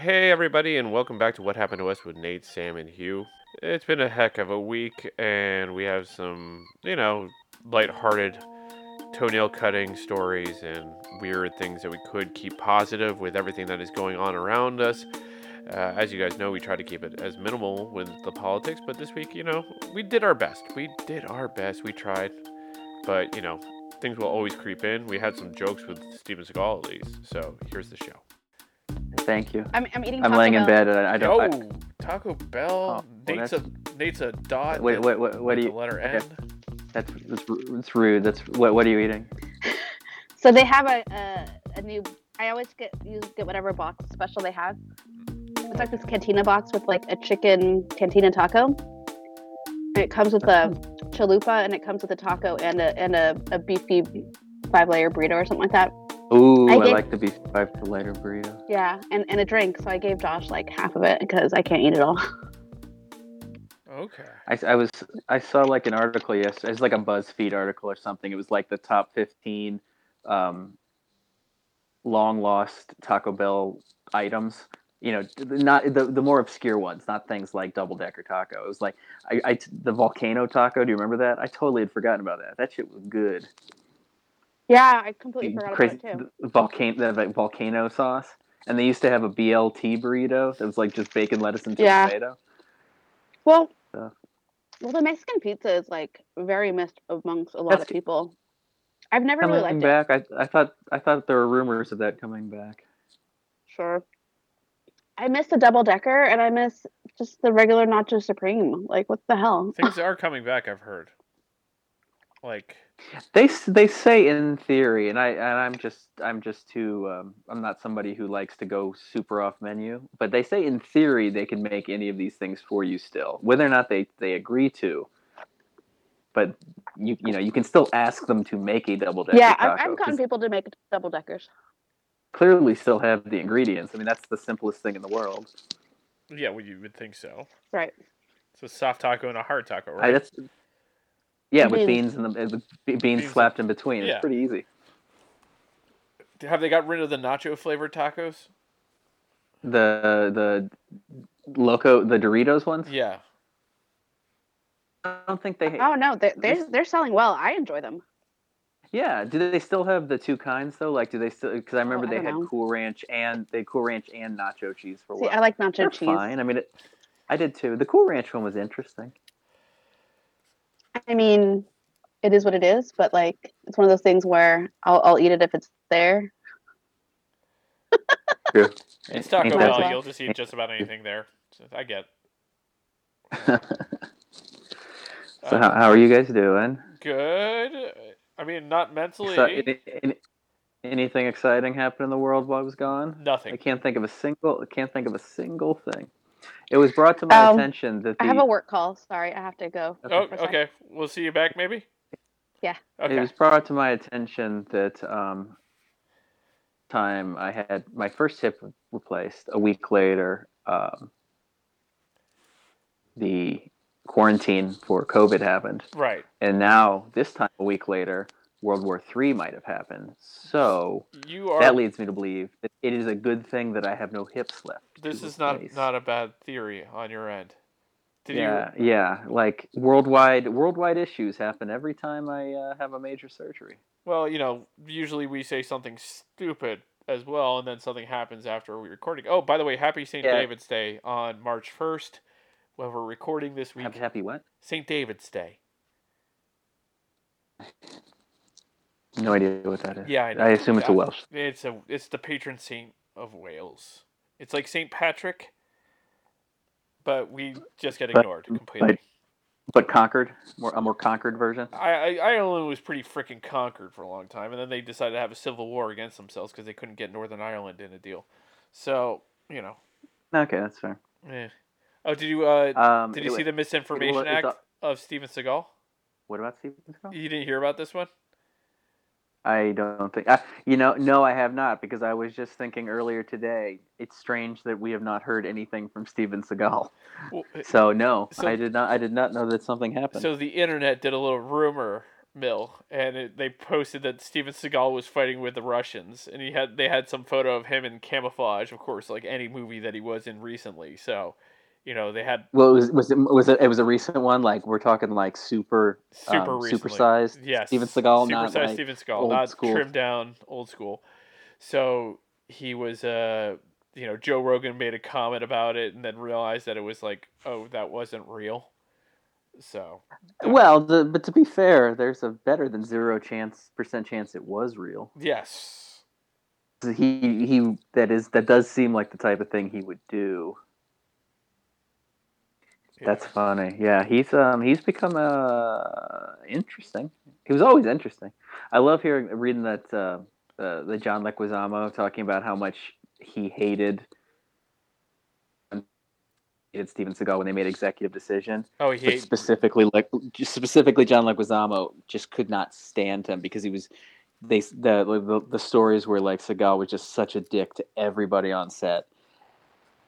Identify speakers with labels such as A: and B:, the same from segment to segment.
A: Hey, everybody, and welcome back to What Happened to Us with Nate, Sam, and Hugh. It's been a heck of a week, and we have some, you know, lighthearted toenail cutting stories and weird things that we could keep positive with everything that is going on around us. Uh, as you guys know, we try to keep it as minimal with the politics, but this week, you know, we did our best. We did our best. We tried, but, you know, things will always creep in. We had some jokes with Steven Seagal, at least, so here's the show.
B: Thank you.
C: I'm, I'm eating.
B: I'm
C: Taco
B: laying in
C: Bell.
B: bed and I, I
A: Oh,
B: don't. I-
A: Taco
B: Oh,
A: Bell.
B: well,
A: Nate's a Nate's a dot.
B: wait,
A: with-
B: wait, what, what do
A: with The
B: you?
A: letter
B: okay.
A: N.
B: That's, that's ru- that's rude. That's what? What are you eating?
C: So they have a, a a new. I always get you get whatever box special they have. It's like this cantina box with like a chicken cantina taco. And it comes with a chalupa and it comes with a taco and a and a, a beefy five layer burrito or something like that.
B: Ooh, I,
C: I did-
B: like the beef five to later burrito.
C: Yeah, and and a drink. So I gave Josh like half of it because I can't eat it all.
A: Okay.
B: I, I was I saw like an article yesterday. It's like a BuzzFeed article or something. It was like the top fifteen um, long lost Taco Bell items. You know, th- not the, the more obscure ones, not things like double decker taco. It was like I, I t- the volcano taco. Do you remember that? I totally had forgotten about that. That shit was good.
C: Yeah, I completely forgot
B: Crazy
C: about it too.
B: the volcano, the volcano sauce, and they used to have a BLT burrito that was like just bacon, lettuce, and
C: Yeah.
B: tomato.
C: Well,
B: Yeah.
C: well, the Mexican pizza is like very missed amongst a lot
B: That's-
C: of people. I've never really
B: Coming
C: liked
B: back,
C: it.
B: I, I thought I thought there were rumors of that coming back.
C: Sure. I miss the double decker and I miss just the regular nacho supreme. Like, what the hell?
A: Things are coming back. I've heard. Like,
B: They s- they say in theory, and I and I'm just I'm just too um, I'm not somebody who likes to go super off menu, but they say in theory they can make any of these things for you still, whether or not they they agree to. But you you know you can still ask them to make a double decker.
C: yeah, I've,
B: taco,
C: I've
B: 'cause
C: gotten people to make double deckers.
B: clearly still have the ingredients. I mean, that's the simplest thing in the world.
A: yeah, well, you would think so.
C: Right.
A: It's a soft taco and a hard taco,
B: I,
A: right?
B: that's yeah, with beans
C: Beans.
B: and the with be- beans,
A: Beans.
B: slapped in between.
A: Yeah.
B: It's pretty easy.
A: Have they got rid of the nacho flavored tacos?
B: The the loco the Doritos ones.
A: Yeah.
B: I don't think they.
C: Oh, no, they're, they're, they're selling well. I enjoy them.
B: Yeah, do they still have the two kinds though? Like, do they still? Because I remember
C: Oh, I
B: they
C: don't
B: had
C: know.
B: Cool Ranch and they had Cool Ranch and Nacho cheese for a
C: See,
B: while.
C: I like nacho
B: They're
C: cheese.
B: fine. I mean, it, I did too. The Cool Ranch one was interesting.
C: I mean, it is what it is, but like, it's one of those things where I'll, I'll eat it if it's there.
A: It's Taco
B: Ain't
A: Bell.
B: that-
A: You'll just eat just about anything there. So I get.
B: so
A: Uh,
B: how, how are you guys doing?
A: good. I mean, not mentally.
B: So, any- any- anything exciting happened in the world while I was gone? I
A: nothing.
B: can't think of a single. I can't think of a single thing. It was brought to my
C: Um,
B: attention that the,
C: I have a work call. Sorry, I have to go.
A: Oh,
C: for a sec.
A: okay. We'll see you back, maybe.
C: Yeah.
A: Okay.
B: it was brought to my attention that um, time I had my first hip replaced. A week later, um, the quarantine for COVID happened,
A: Right.
B: and now this time a week later, World War III might have happened. So
A: You are
B: that leads me to believe that it is a good thing that I have no hips left. to
A: This is not
B: replace.
A: not a bad theory on your end. Did
B: yeah, yeah. Like worldwide, worldwide issues happen every time I uh, have a major surgery.
A: you? Well, you know, usually we say something stupid as well, and then something happens after we recording. Oh, by the way, happy St.
B: Yeah.
A: David's Day on March first. When we're recording this
B: Happy,
A: week,
B: happy what?
A: St. David's Day.
B: No idea what that is.
A: Yeah, I know.
B: I assume it's a
A: Yeah.
B: Welsh.
A: It's a it's the patron saint of Wales. It's like St. Patrick, but we just get
B: But-
A: ignored completely.
B: but conquered, more a more conquered version.
A: I, I Ireland was pretty freaking conquered for a long time, and then they decided to have a civil war against themselves because they couldn't get Northern Ireland in a deal. So you know,
B: Okay, that's fair.
A: eh. oh, did you uh,
B: Um,
A: did you see
B: anyway,
A: the Misinformation
B: it's
A: Act
B: a-
A: of Steven Seagal?
B: What about Steven Seagal?
A: You didn't hear about this one?
B: I don't think. I, you know, no, I have not because I was just thinking earlier today. It's strange that we have not heard anything from Steven Seagal.
A: Well, eh,
B: So no,
A: So-
B: I did not. I did not know that something happened.
A: so the internet did a little rumor mill, and it, they posted that Steven Seagal was fighting with the Russians, and he had they had some photo of him in camouflage, of course, like any movie that he was in recently. So, you know, they had
B: Well, it was was it was it, it was a recent one? Like we're talking like super
A: super
B: um,
A: recently.
B: supersized
A: yes,
B: Steven Seagal,
A: supersized
B: not like
A: Steven Seagal,
B: old
A: not
B: school.
A: trimmed down, old school. So he was, uh, you know, Joe Rogan made a comment about it, and then realized that it was like, oh, that wasn't real. So
B: Well, the, but to be fair, there's a better than zero chance percent chance it was real.
A: yes,
B: He he that is that does seem like the type of thing he would do. That's
A: Yeah.
B: funny. Yeah, he's um he's become uh interesting. He was always interesting. I love hearing reading that uh, uh the John Leguizamo talking about how much he hated hated Steven Seagal when they made executive decision.
A: Oh, he
B: But
A: ate,
B: specifically like just specifically John Leguizamo just could not stand him because he was they the the, the stories were like Seagal was just such a dick to everybody on set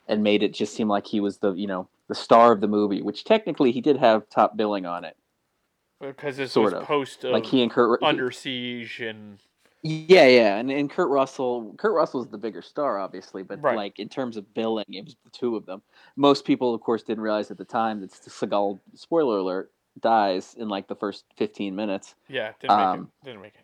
B: and made it just seem like he was the you know the star of the movie which technically he did have top billing on it
A: because this
B: sort
A: was
B: of.
A: post of
B: like he and Kurt
A: under siege and
B: yeah yeah and, and Kurt Russell Kurt Russell's the bigger star obviously but
A: Right.
B: like in terms of billing it was the two of them most people of course didn't realize at the time that Seagal spoiler alert dies in like the first 15 minutes
A: yeah didn't make
B: Um,
A: it didn't make it.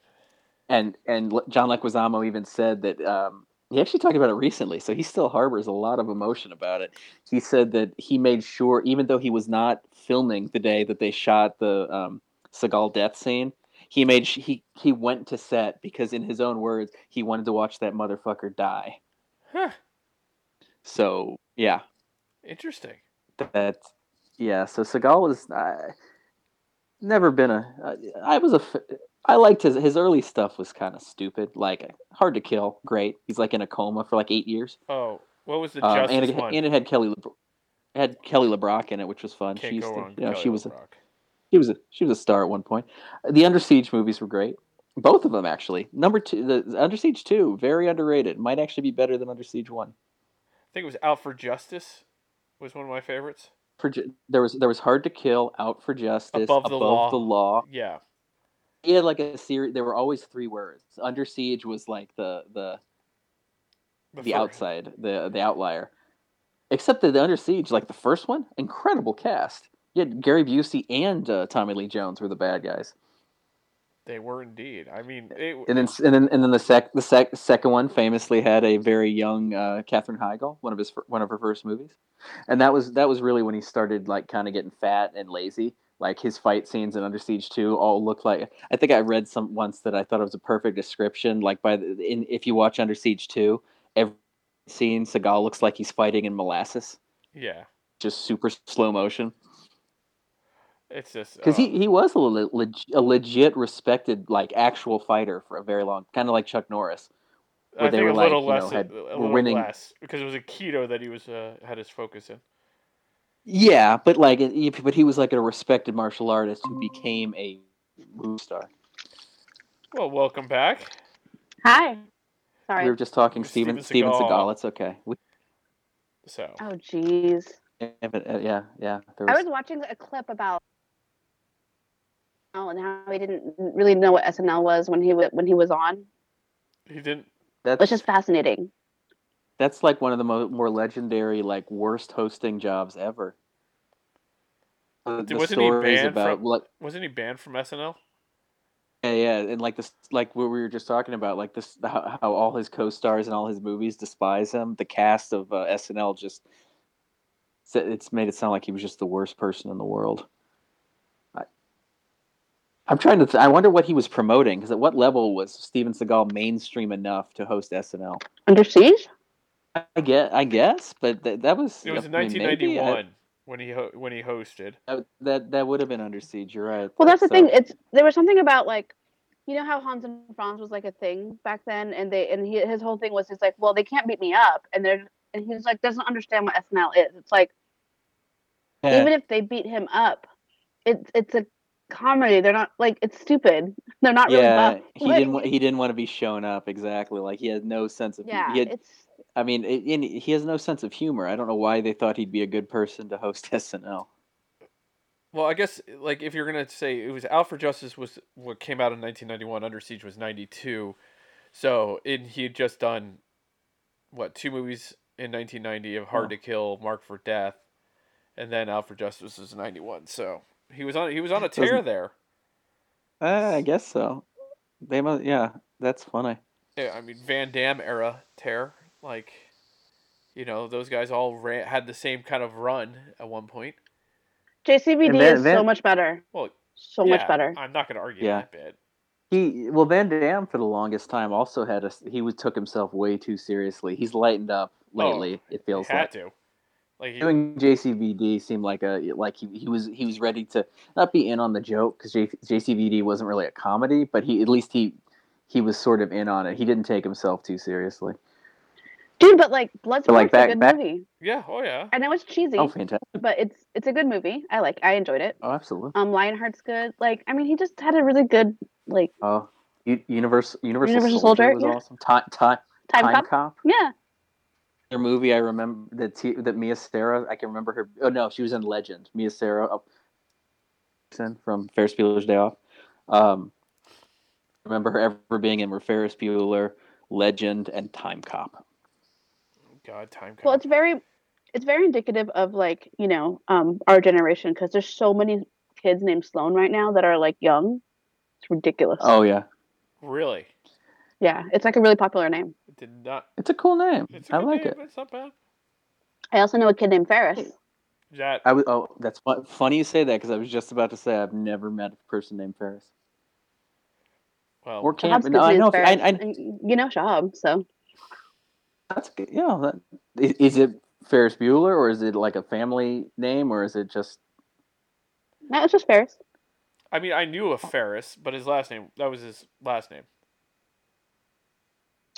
B: and and Le- John Leguizamo even said that um, he actually talked about it recently, so he still harbors a lot of emotion about it. He said that he made sure, even though he was not filming the day that they shot the um, Seagal death scene, he made sh- he he went to set because, in his own words, he wanted to watch that motherfucker die.
A: Huh,
B: So yeah,
A: interesting.
B: that yeah so Seagal was uh, never been a I I was a f- I liked his his early stuff was kind of stupid like hard to kill great he's like in a coma for like 8 years
A: Oh, what was the
B: um,
A: justice
B: and, it,
A: one?
B: and it had Kelly Lebr- it had Kelly LeBrock in it which was fun
A: Can't
B: she used
A: go
B: to,
A: wrong.
B: you know,
A: Kelly
B: she was a,
A: Rock.
B: she was a, she was a star at one point the Under Siege movies were great both of them actually number 2 the the Under Siege 2 very underrated might actually be better than Under Siege 1
A: I think it was Out for Justice was one of my favorites.
B: for, Ju- there was there was Hard to Kill, Out for Justice,
A: Above the Law.
B: the law
A: Yeah.
B: he had like a series. There were always three words. Under siege was like the the the,
A: fir-
B: outside, the the outlier. Except that the under siege, like the first one, incredible cast. You had Gary Busey and uh, Tommy Lee Jones were the bad guys,
A: They were indeed. I mean, it,
B: and then and then and then the sec the sec, second one famously had a very young uh, Katherine Heigl, one of his fir- one of her first movies, and that was that was really when he started like kind of getting fat and lazy. Like his fight scenes in Under Siege Two all look like. I think I read some once that I thought it was a perfect description. Like by the, in if you watch Under Siege Two, every scene Seagal looks like he's fighting in molasses,
A: yeah,
B: just super slow motion
A: it's just
B: because
A: uh,
B: he, he was a, le- leg- a legit respected like actual fighter for a very long kind of like chuck norris
A: I
B: where they
A: think
B: were
A: a
B: like,
A: little
B: you know,
A: less,
B: had-
A: a,
B: were
A: little
B: winning.
A: less because it was a keto that he was uh, had his focus in.
B: yeah but like it- he- but he was like a respected martial artist who became a movie star
A: Well, welcome back.
C: Hi. Sorry.
B: we were just talking
A: Steven
B: steven steven
A: Seagal.
B: seagal, it's okay we
A: So
C: Oh, jeez.
B: haven't- uh, yeah yeah there
C: I
B: was-
C: was watching a clip about SNL and how he didn't really know what SNL was when he wa when he was on.
A: he didn't.
C: It was
B: that's
C: just fascinating.
B: that's like one of the mo- more legendary like worst hosting jobs ever Uh, the
A: wasn't he
B: stories
A: banned
B: about
A: from-
B: like
A: Wasn't he banned from SNL?
B: Yeah, yeah, and like this, like what we were just talking about, like this, how, how all his co-stars and all his movies despise him. The cast of uh, SNL just, sa- it's made it sound like he was just the worst person in the world. I, I'm trying to. Th- I wonder what he was promoting because at what level was Steven Seagal mainstream enough to host SNL?
C: Under siege?
B: I get, I guess, but th- that was
A: It was
B: I
A: in
B: mean, maybe I-
A: 1991 when he ho- when he hosted.
B: that that, that would have been under siege. You're right.
C: Well, that's the
B: So-
C: thing. It's there was something about like, you know how Hans and Franz was like a thing back then, and they and he, his whole thing was he's like, well, they can't beat me up, and they're and he's like doesn't understand what SNL is. It's like
B: Yeah.
C: even if they beat him up, it's it's a comedy. They're not like it's stupid. They're not really.
B: yeah,
C: buff.
B: he
C: Like,
B: didn't. wa- He didn't want to be shown up exactly. Like he had no sense of.
C: Yeah,
B: He had,
C: it's
B: I mean, it, and he has no sense of humor. I don't know why they thought he'd be a good person to host SNL.
A: Well, I guess like if you're gonna say it was Out for Justice was what came out in 1991, Under Siege was 92, so it, he had just done what two movies in 1990 of Hard to Kill, Mark for Death, and then Out for Justice was 91. So he was on he was on a
B: Doesn't-
A: tear there.
B: Uh, I guess so. They must. Yeah, that's funny.
A: Yeah, I mean Van Damme era tear. Like, you know, those guys all ran, had the same kind of run at one point.
C: JCVD
B: And then-
C: is so
B: then-
C: much better.
A: Well,
C: So
A: yeah,
C: much better.
A: I'm not gonna argue
B: Yeah.
A: that bit.
B: He well, Van Damme for the longest time also had a. He was, took himself way too seriously. He's lightened up lately. it feels
A: had
B: like
A: to. Like, he-
B: doing JCVD seemed like a like he, he was he was ready to not be in on the joke because JCVD wasn't really a comedy, but he at least he he was sort of in on it. He didn't take himself too seriously.
C: Dude, but like Bloodsport's
B: like, back-
C: a good
B: back-
C: movie.
A: yeah, oh yeah.
C: I know it's cheesy,
B: Oh, fantastic!
C: but it's it's a good movie. I like I enjoyed it.
B: Oh, absolutely.
C: Um Lionheart's good. Like I mean he just had a really good like
B: Oh, U- Universal Universal,
C: Universal
B: Soldier,
C: Soldier,
B: was
C: yeah.
B: awesome. Time Time
C: time, cop.
B: Cop.
C: Yeah.
B: Their movie I remember that t- that Mia Sarah. I can remember her. Oh no, she was in Legend. Mia Sarah uh, person from Ferris Bueller's Day Off. Um, remember her ever being in Ferris Bueller, Legend, and Time Cop.
A: God, time. Cop.
C: Well, it's very it's very indicative of like, you know, um our generation because there's so many kids named Sloan right now that are like young. It's ridiculous.
B: Oh yeah,
A: really
C: Yeah, it's like a really popular name.
A: it did not.
B: it's a cool name.
A: It's a
B: I
A: good
B: like
A: name,
B: it.
A: but It's not bad.
C: I also know a kid named Ferris.
A: That
B: I was. Oh, that's fu- funny you say that because I was just about to say I've never met a person named Ferris
A: well,
B: or
C: Shahab's
B: Camp.
C: kid's
B: No, I
C: name's
B: know. if- I,
C: Ferris.
B: I,
C: And you know Shahab, so
B: that's good. Yeah, that, is, is it Ferris Bueller or is it like a family name or is it just
C: no, it's just Ferris.
A: I mean, I
B: Oh.
A: knew of Ferris, but his last name that was his last name.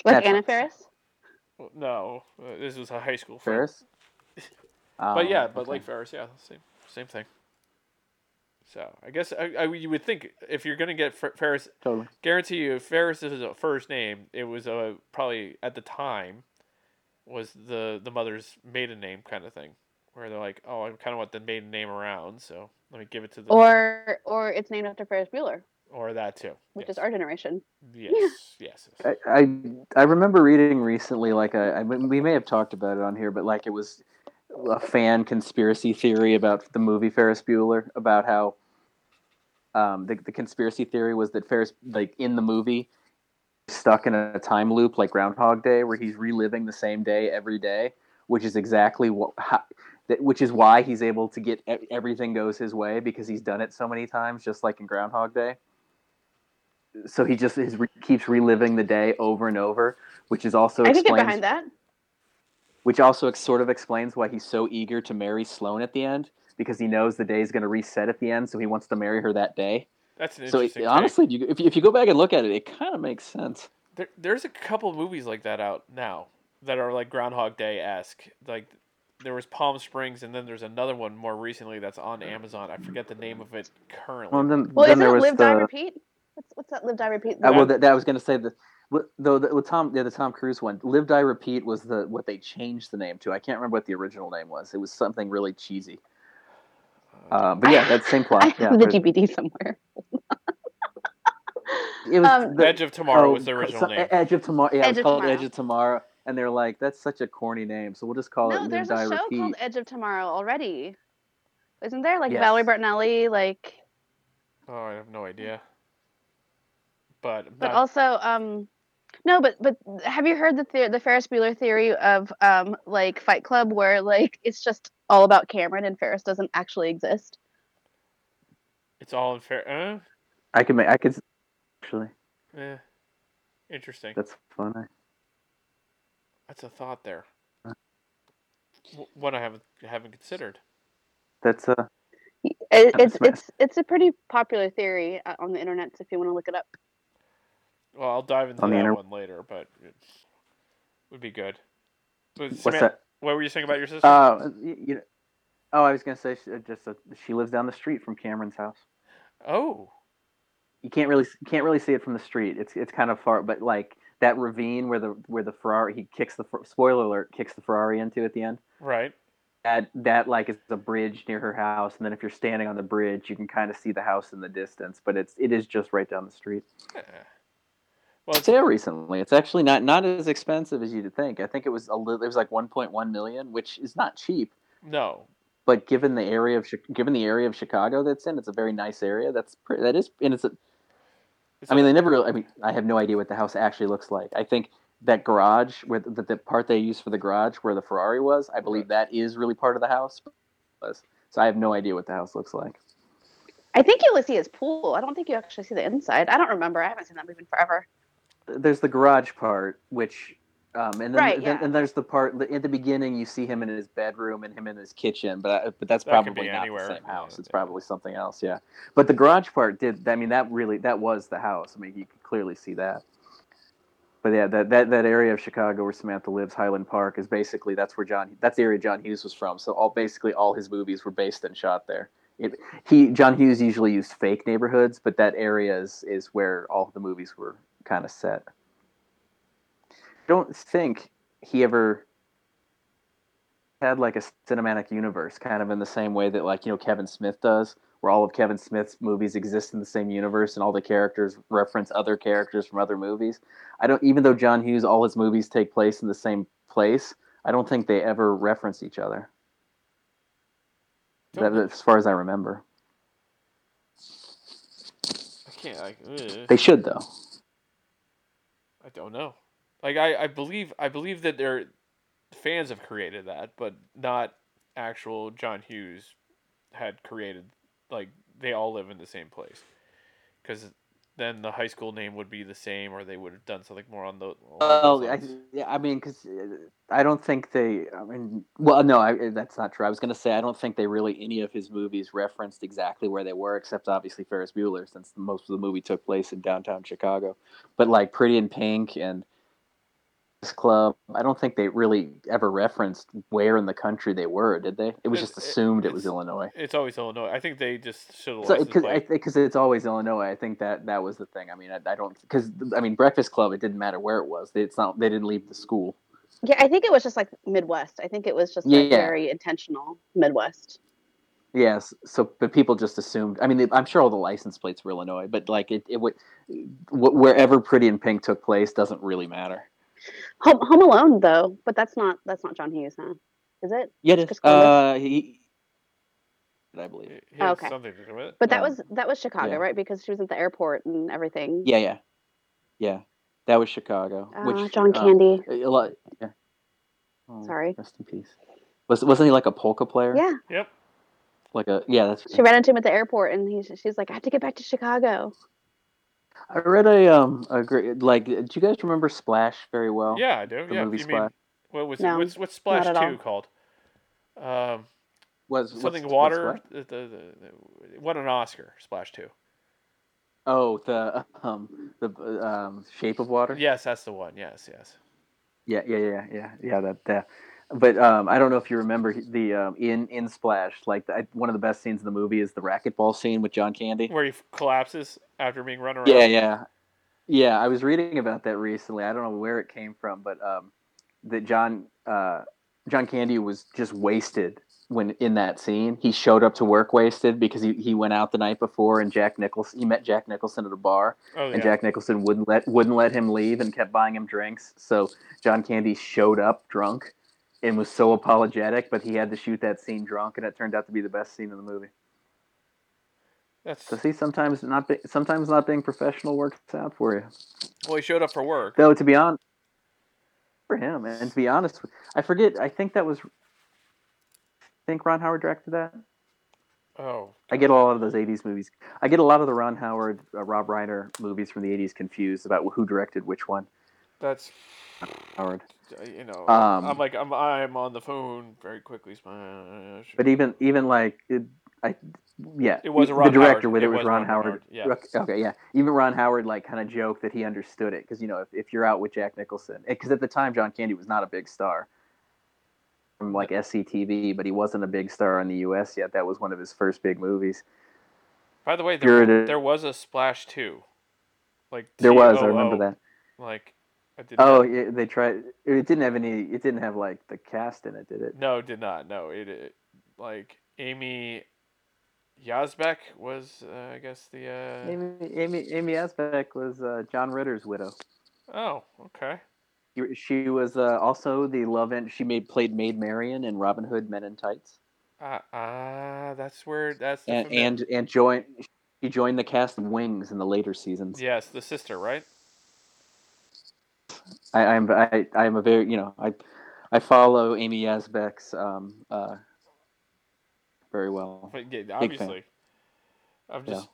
C: Like
B: That's
C: Anna
B: nice.
C: Ferris.
A: Well, No, uh, this was a high school friend.
B: Ferris?
A: But
B: Oh,
A: yeah, but
B: okay.
A: like Ferris, yeah, same same thing. So I guess I, I you would think if you're gonna get Fer- Ferris,
B: totally.
A: guarantee you, if Ferris is a first name, it was a probably at the time was the the mother's maiden name kind of thing, where they're like, oh, I kind of want the maiden name around, so let me give it to the
C: Or or it's named after Ferris Bueller,
A: or that too,
C: which
A: yes.
C: is our generation.
A: yes, yes, yes.
B: I, I I remember reading recently, like uh, I, I we may have talked about it on here, but like it was a fan conspiracy theory about the movie Ferris Bueller about how um, the the conspiracy theory was that Ferris like in the movie stuck in a time loop like Groundhog Day where he's reliving the same day every day, which is exactly what how, that which is why he's able to get e- everything goes his way because he's done it so many times, just like in Groundhog Day. So he just is re- keeps reliving the day over and over, which is also
C: I could get
B: explains-
C: behind that.
B: which also ex- sort of explains why he's so eager to marry Sloane at the end because he knows the day is going to reset at the end, so he wants to marry her that day.
A: That's an
B: So it,
A: interesting. take.
B: honestly, you, if, you- if you go back and look at it, it kind of makes sense.
A: There, there's a couple movies like that out now that are like Groundhog Day esque. Like there was Palm Springs, and then there's another one more recently that's on Amazon. I forget the name of it currently.
B: Well, then,
C: Well,
B: then
C: isn't
B: there
C: it
B: was
C: live,
B: the.
C: die, repeat? What's, what's that live, die, repeat?
B: Uh, well, that, that I was going to say the what- though the, with Tom yeah, the Tom Cruise one, Live Die Repeat was the what they changed the name to. I can't remember what the original name was. It was something really cheesy. Uh, but yeah, that same plot.
C: I have
B: yeah,
C: the
B: but
C: DVD somewhere.
B: it was
C: um,
B: the-
A: Edge of Tomorrow
B: Oh,
A: was the original
B: so-
A: name.
B: Edge of Tomorrow. Yeah,
C: Edge
B: it's
C: of
B: called
C: Tomorrow.
B: Edge of Tomorrow, and they're like, "That's such a corny name, so we'll just call
C: No,
B: it Oh, Live
C: there's a
B: Die
C: show
B: Repeat."
C: called Edge of Tomorrow already. Isn't there like
B: Yes.
C: Valerie Bertinelli, like,
A: Oh, I have no idea.
B: mm-hmm.
A: But,
C: but
A: not-
C: also, um, no, but but have you heard the theor the Ferris Bueller theory of um like Fight Club, where like it's just all about Cameron and Ferris doesn't actually exist?
A: it's all in fair.
B: I could make. I could actually.
A: Uh, eh. Interesting.
B: That's funny.
A: That's a thought there.
B: Uh.
A: W- One I haven't haven't considered.
B: That's uh.
C: It, it's
B: smash.
C: it's it's a pretty popular theory uh, on the internet. If you want to look it up,
A: Well, I'll dive into
B: On the
A: that
B: inter-
A: one later, but it would be good. But
B: What's
A: Samantha-
B: that?
A: What were you saying about your sister?
B: Uh, y- you know, oh, I was gonna say she, uh, just uh, she lives down the street from Cameron's house.
A: oh.
B: You can't really s- you can't really see it from the street. It's it's kind of far, but like that ravine where the where the Ferrari he kicks the Fer- spoiler alert kicks the Ferrari into at the end.
A: Right.
B: that that like is a bridge near her house, and then if you're standing on the bridge, you can kind of see the house in the distance, but it's it is just right down the street.
A: Yeah.
B: Well, sale recently. It's actually not not as expensive as you'd think. I think it was a little. It was like 1.1 million, which is not cheap.
A: No.
B: But given the area of Chi- given the area of Chicago that's in, it's a very nice area. That's pre- that is, and it's a
A: It's
B: I mean,
A: not-
B: they never. Really, I mean, I have no idea what the house actually looks like. I think that garage, where the, the part they used for the garage where the Ferrari was, I believe that is really part of the house. Was so I have no idea what the house looks like.
C: I think you only see his pool. I don't think you actually see the inside. I don't remember. I haven't seen that movie in forever.
B: There's the garage part, which, um, and then,
C: Right,
B: then
C: yeah.
B: and there's the part at the beginning you see him in his bedroom and him in his kitchen, but I, but that's
A: That could
B: probably
A: be
B: not
A: anywhere,
B: the same house.
A: yeah,
B: it's
A: yeah.
B: probably something else, yeah. But the garage part did. I mean, that really that was the house. I mean, you could clearly see that. But yeah, that, that, that area of Chicago where Samantha lives, Highland Park, is basically that's where John that's the area John Hughes was from. So all basically all his movies were based and shot there. It, he John Hughes usually used fake neighborhoods, but that area is, is where all the movies were kind of set. I don't think he ever had like a cinematic universe, kind of in the same way that like you know Kevin Smith does, where all of Kevin Smith's movies exist in the same universe and all the characters reference other characters from other movies. I don't even though John Hughes all his movies take place in the same place, I don't think they ever reference each other. That,
A: Don't-
B: as far as I remember,
A: I can't. Like, ugh.
B: they should though.
A: I don't know. Like I, I believe I believe that their fans have created that, but not actual John Hughes had created like they all live in the same place. Cuz then the high school name would be the same or they would have done something more on the along those
B: Well, Oh, I,
A: lines.
B: yeah, I mean, because I don't think they. I mean, well, no, I, eh, that's not true. I was going to say I don't think they really any of his movies referenced exactly where they were, except obviously Ferris Bueller, since most of the movie took place in downtown Chicago. But like Pretty in Pink and this club, I don't think they really ever referenced where in the country they were, did they? It was
A: It- it-
B: just assumed it was
A: it's-
B: Illinois.
A: It's always Illinois. I think they just should have
B: So,
A: licensed
B: because I
A: like,
B: think because it's always Illinois, I think that that was the thing. I mean, I, I don't because I mean Breakfast Club. It didn't matter where it was. It's not they didn't leave the school.
C: Yeah, I think it was just like Midwest. I think it was just like
B: Yeah.
C: very intentional Midwest.
B: Yes. So, but people just assumed. I mean, they- I'm sure all the license plates were Illinois, but like it, it would wh- wherever Pretty in Pink took place doesn't really matter.
C: Home, Home Alone though, but that's not that's not John Hughes, huh? Is it?
B: Yeah, it
C: Chris
B: is.
C: Columbus?
B: Uh, he, I believe.
A: he had
C: Oh, okay.
A: something to do with it.
C: But that
B: Um,
C: was that was Chicago,
B: yeah.
C: right? Because she was at the airport and everything.
B: Yeah, yeah, yeah. That was Chicago.
C: Uh,
B: which
C: John
B: um,
C: Candy.
B: a lot. Yeah. Oh,
C: Sorry.
B: Rest in peace. Was wasn't he like a polka player?
C: Yeah,
A: Yep.
B: Like a yeah. That's.
C: she ran into him at the airport, and he, she's like, "I have to get back to Chicago."
B: I read a um a great like. Do you guys remember Splash very well?
A: Yeah, I do.
B: Oh, The
A: yeah.
B: movie
A: you mean
B: Splash.
A: what was
C: No,
A: what's what's Splash
C: not
A: 2
C: at all.
A: called? Um
B: Was what's-
A: something
B: what's
A: water.
B: what?
A: The, the, the, the- won an Oscar. Splash two.
B: Oh, the um the um Shape of Water.
A: Yes, that's the one. Yes, yes.
B: yeah, yeah, yeah, yeah, yeah. That, that. But um, I don't know if you remember the um, in in Splash, like the, one of the best scenes in the movie is the racquetball scene with John Candy.
A: Where he f- collapses after being run around.
B: Yeah, yeah, yeah. I was reading about that recently. I don't know where it came from, but um, that John uh, John Candy was just wasted when in that scene. He showed up to work wasted because he, he went out the night before and Jack Nicholson. He met Jack Nicholson at a bar,
A: Oh yeah.
B: and Jack Nicholson wouldn't let wouldn't let him leave and kept buying him drinks. So John Candy showed up drunk and was so apologetic, but he had to shoot that scene drunk, and it turned out to be the best scene in the movie.
A: That's
B: So see, sometimes not be, sometimes not being professional works out for you.
A: well, he showed up for work.
B: Though to be on for him, and to be honest, with- I forget. I think that was. I think Ron Howard directed that.
A: Oh,
B: I get a lot of those '80s movies. I get a lot of the Ron Howard, uh, Rob Reiner movies from the '80s confused about who directed which one.
A: that's
B: Howard.
A: uh, you know.
B: Um,
A: I'm like I'm I'm on the phone very quickly. Uh, sure.
B: But even even like it, I yeah,
A: It was a
B: the
A: Ron
B: director
A: Howard.
B: whether
A: It
B: it was
A: was
B: Ron,
A: Ron
B: Howard.
A: Howard, yeah.
B: Okay, okay, yeah. Even Ron Howard like kind of joked that he understood it because you know if, if you're out with Jack Nicholson because at the time John Candy was not a big star from like SCTV, but he wasn't a big star in the U.S. yet. That was one of his first big movies.
A: By the way,
B: Here
A: there,
B: it is.
A: there was a Splash two. Like
B: There was I
A: T O O,
B: remember that.
A: Like I did not.
B: Oh, yeah, they tried. It didn't have any. It didn't have like the cast in it, did it?
A: no, did not. No, it, it like Amy Yazbek was, uh, I guess the. Uh,
B: Amy Amy, Amy Asbeck was uh, John Ritter's widow.
A: Oh, okay.
B: You- She was uh, also the love and she made played Maid Marian in Robin Hood Men in Tights,
A: Ah, ah, that's where that's the
B: and
A: familiar-
B: and, and joined. She joined the cast of Wings in the later seasons.
A: yes, the sister, right?
B: I, I'm I, I'm a very you know I I follow Amy Asbeck's um uh very well.
A: But yeah, obviously, I'm
B: Yeah.
A: just,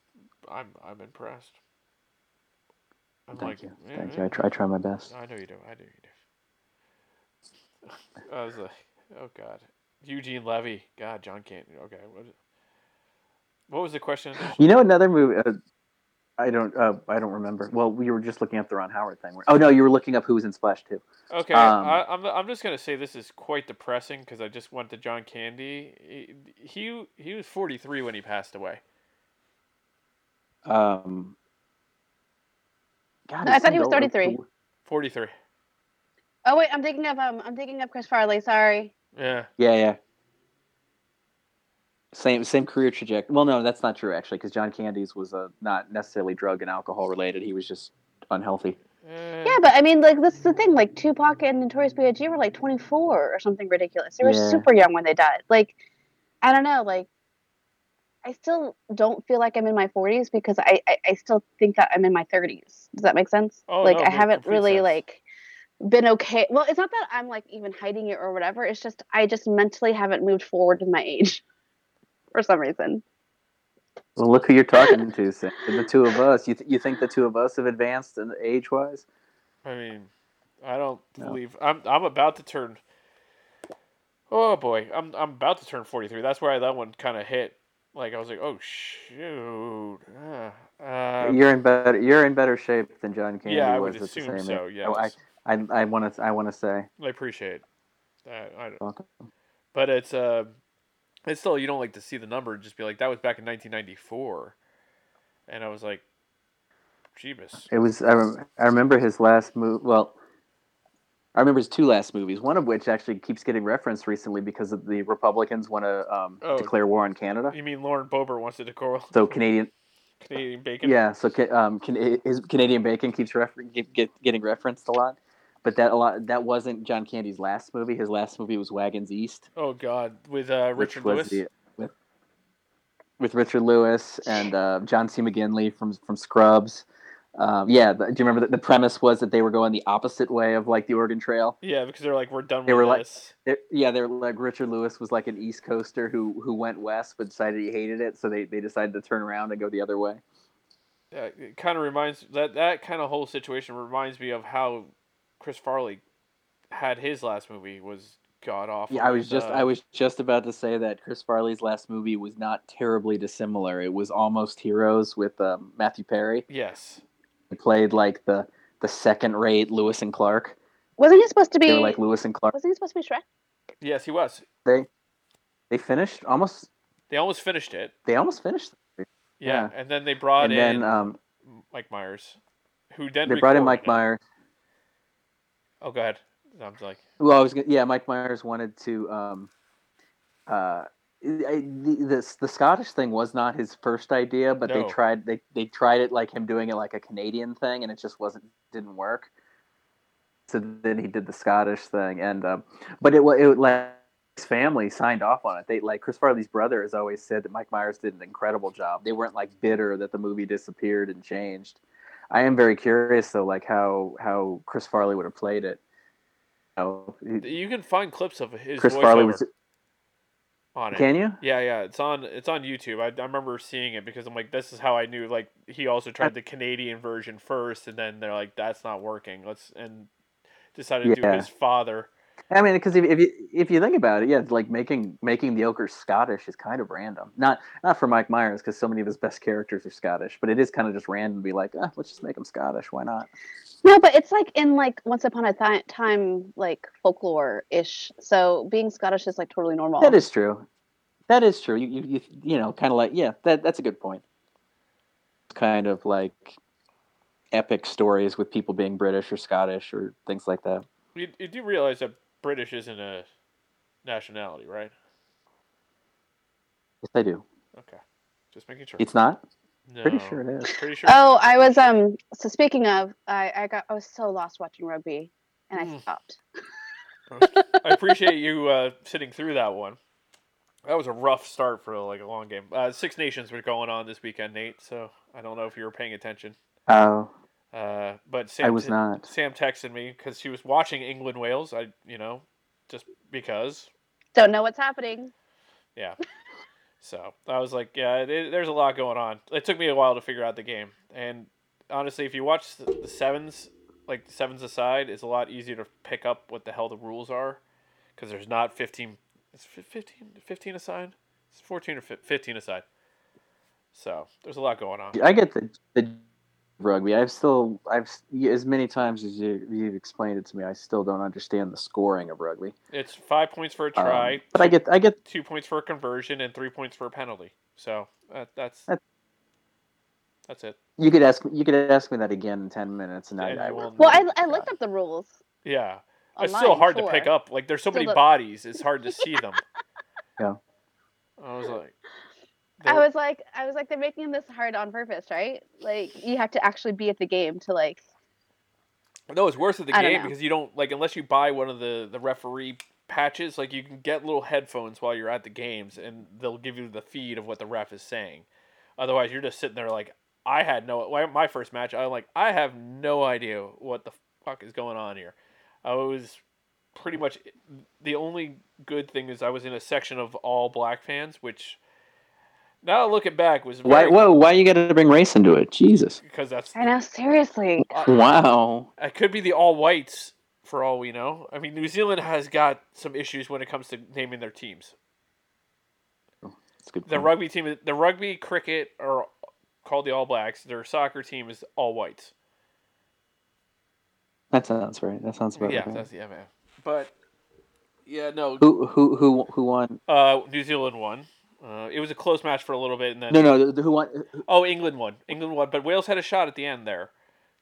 A: I'm, I'm impressed. I'm like,
B: Thank
A: eh,
B: you,
C: "Eh,
A: yeah,
B: thank you.
A: yeah.
B: I try, I try my
C: Uh,
B: best.
A: I know you do. I know you do. I was like, oh god, Eugene Levy. God, John Canton. Okay, what? What was the question?
B: You know another movie. Uh, I don't. Uh, I don't remember. Well, we were just looking up the Ron Howard thing. weren't- Oh no, you were looking up who was in Splash Two.
A: Okay,
B: Um,
A: I, I'm, I'm just gonna say this is quite depressing because I just went to John Candy. He, he he was 43 when he passed away.
B: Um, God,
C: No, I
B: it
C: thought he
B: seemed
C: was
B: old.
C: 33.
A: 43.
C: Oh wait, I'm thinking of um, I'm thinking of Chris Farley. Sorry.
A: Yeah.
B: Yeah, yeah. Same same career trajectory. Well, no, that's not true actually, because John Candy's was uh, not necessarily drug and alcohol related. He was just unhealthy.
A: Eh,
C: Yeah, but I mean, like this is the thing. Like Tupac and Notorious B.I.G. were like 24 or something ridiculous. They were
B: Yeah.
C: super young when they died. Like, I don't know. Like, I still don't feel like I'm in my 40s because I I, I still think that I'm in my 30s. Does that make sense?
A: Oh,
C: like
A: no,
C: I
A: no,
C: haven't
A: complete
C: really
A: sense.
C: like been okay. Well, it's not that I'm like even hiding it or whatever. It's just I just mentally haven't moved forward with my age for some reason.
B: Well, look who you're talking to, Sam. The two of us. You th- you think the two of us have advanced in age wise?
A: I mean, I don't
B: No.
A: believe I'm. I'm about to turn. Oh boy, I'm I'm about to turn 43. That's where I, that one kind of hit. Like I was like, oh shoot. Uh, um,
B: you're in better you're in better shape than John Candy
A: yeah, I
B: was
A: would
B: at the
A: assume
B: same
A: so.
B: age. Oh,
A: Yeah,
B: I I I want to I want to say
A: I appreciate that. I, don't-
B: welcome.
A: but it's uh, it's still you don't like to see the number. and Just be like that was back in 1994, and I was like, Jeebus.
B: It was I, rem- I remember his last move. Well, I remember his two last movies. One of which actually keeps getting referenced recently because of the Republicans want to um,
A: Oh.
B: declare war on Canada.
A: You mean Lauren Bober wants to decor
B: So Canadian,
A: Canadian bacon?
B: yeah. So Ca- um, can, his Canadian bacon keeps refer- get, get, getting referenced a lot, but that a lot that wasn't John Candy's last movie. His last movie was Wagons East,
A: Oh God, with uh,
B: which
A: Richard
B: was
A: Lewis.
B: the- with with Richard Lewis and uh, John C. McGinley from from Scrubs. Um, yeah, the, do you remember that the premise was that they were going the opposite way of like the Oregon Trail?
A: Yeah, because they're like, we're done
B: They
A: with
B: were like-
A: this.
B: They're, yeah, they're like Richard Lewis was like an East Coaster who who went west but decided he hated it, so they, they decided to turn around and go the other way.
A: Uh, it kind of reminds that that kind of whole situation reminds me of how Chris Farley had his last movie was god awful.
B: Yeah, I was
A: with,
B: just
A: uh,
B: I was just about to say that Chris Farley's last movie was not terribly dissimilar. It was almost Heroes with um, Matthew Perry.
A: yes.
B: He played like the the second rate Lewis and Clark.
C: Wasn't he supposed to be?
B: They were like Lewis and Clark.
C: wasn't he supposed to be Shrek?
A: Yes, he was.
B: They they finished almost
A: They almost finished it.
B: they almost finished,
A: Yeah,
B: Yeah.
A: and then they brought
B: and
A: in
B: then um,
A: Mike Myers, who then
B: they brought
A: recorded
B: in Mike
A: it.
B: Myers.
A: Oh god, I'm like,
B: Well, I was gonna, yeah, Mike Myers wanted to. Um, uh, I, the, the the Scottish thing was not his first idea, but
A: No.
B: they tried they they tried it like him doing it like a Canadian thing, and it just wasn't didn't work. So then he did the Scottish thing, and um, but it wa- it like his family signed off on it. They like Chris Farley's brother has always said that Mike Myers did an incredible job. They weren't like bitter that the movie disappeared and changed. I am very curious though, like how how Chris Farley would have played it. You know, he-
A: you can find clips of his
B: Chris
A: voiceover
B: Farley was.
A: on it.
B: Can you?
A: Yeah, yeah, it's on it's on YouTube. I, I remember seeing it because I'm like, this is how I knew. Like he also tried the Canadian version first, and then they're like, that's not working. Let's and decided to do
B: Yeah.
A: his father.
B: I mean, because if, if you if you think about it, yeah, it's like making making the ogre Scottish is kind of random. Not not for Mike Myers because so many of his best characters are Scottish, but it is kind of just random to be like, ah, let's just make him Scottish. Why not?
C: No, but it's like in like Once Upon a Thi- Time, like folklore ish. So being Scottish is like totally normal.
B: That is true. That is true. You you you, you know, kind of like yeah, that that's a good point. Kind of like epic stories with people being British or Scottish or things like that.
A: You, you do realize that British isn't a nationality, right?
B: Yes, I do.
A: Okay. Just making sure.
B: It's not.
A: no,
B: Pretty sure it is.
A: Pretty sure.
C: Oh, I was um. So speaking of, I I got I was so lost watching rugby, and I
A: Mm.
C: stopped.
A: I appreciate you uh, sitting through that one. That was a rough start for like a long game. Uh, Six Nations were going on this weekend, Nate. So I don't know if you were paying attention.
B: Oh,
A: Uh, but Sam
B: I was not.
A: Sam texted me because she was watching England Wales. I you know just because
C: Don't know what's
A: Oh
C: happening.
A: Yeah. So I was like, yeah, th there's a lot going on. It took me a while to figure out the game, and honestly, if you watch the, the sevens, like the sevens aside, it's a lot easier to pick up what the hell the rules are, because there's not 15. It's fif- 15, 15 aside. It's 14 or fif- 15 aside. So there's a lot going on.
B: I get the, the rugby. I've still, I've as many times as you you've explained it to me, I still don't understand the scoring of rugby.
A: It's five points for a
B: Um,
A: try,
B: but I get, I get.
A: two points for a conversion, and three points for a penalty. So uh, that's
B: That-
A: that's it.
B: You could ask, you could ask me that again in ten minutes, and I,
A: And
B: I
A: you
B: would.
A: will
C: Well, I
A: know.
C: I looked up the rules.
A: yeah. it's
C: online
A: still hard to
C: before.
A: pick up. Like there's so
C: Still
A: many
C: don't-
A: bodies, it's hard to see them.
B: Yeah.
A: I was like,
C: I was like, I was like, they're making this hard on purpose, right? Like you have to actually be at the game to like.
A: no, it's worse at the
C: I don't
A: game
C: know.
A: because you don't like unless you buy one of the the referee patches. Like you can get little headphones while you're at the games, and they'll give you the feed of what the ref is saying. Otherwise, you're just sitting there like I had no my- my first match. I'm like I have no idea what the fuck is going on here. I was pretty much the only good thing is I was in a section of all black fans, which now looking back was
B: Why,
A: very
B: whoa, why you got to bring race into it? Jesus!
A: because that's
C: I know, seriously.
B: Wow.
A: it could be the all whites for all we know. I mean, New Zealand has got some issues when it comes to naming their teams.
B: That's a good.
A: The
B: point.
A: rugby team, the rugby, cricket are called the All Blacks. Their soccer team is all whites.
B: That sounds right. That sounds about
A: yeah,
B: right. Mm-hmm.
A: that's the yeah, man. But yeah, no.
B: Who, who, who, who won?
A: Uh, New Zealand won. Uh, it was a close match for a little bit, and then
B: No, no, the- the- who won?
A: oh, England won. England won, but Wales had a shot at the end there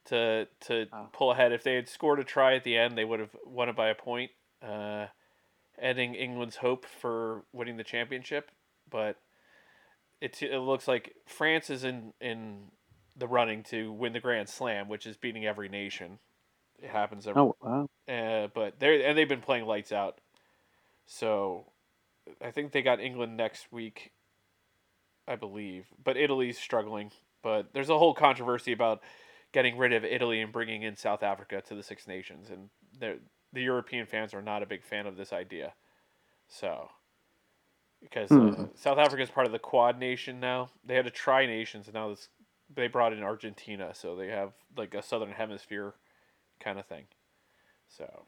A: to to
B: Oh.
A: pull ahead. If they had scored a try at the end, they would have won it by a point, uh, ending England's hope for winning the championship. But it it looks like France is in in the running to win the Grand Slam, which is beating every nation. It happens every
B: Oh, wow.
A: uh, but they and they've been playing lights out. So I think they got England next week, I believe. But Italy's struggling. But there's a whole controversy about getting rid of Italy and bringing in South Africa to the Six Nations, and they're- the European fans are not a big fan of this idea. So because uh,
B: Hmm.
A: South Africa is part of the Quad Nation now, they had a Tri Nations, and now this, they brought in Argentina, so they have like a Southern Hemisphere kind of thing. So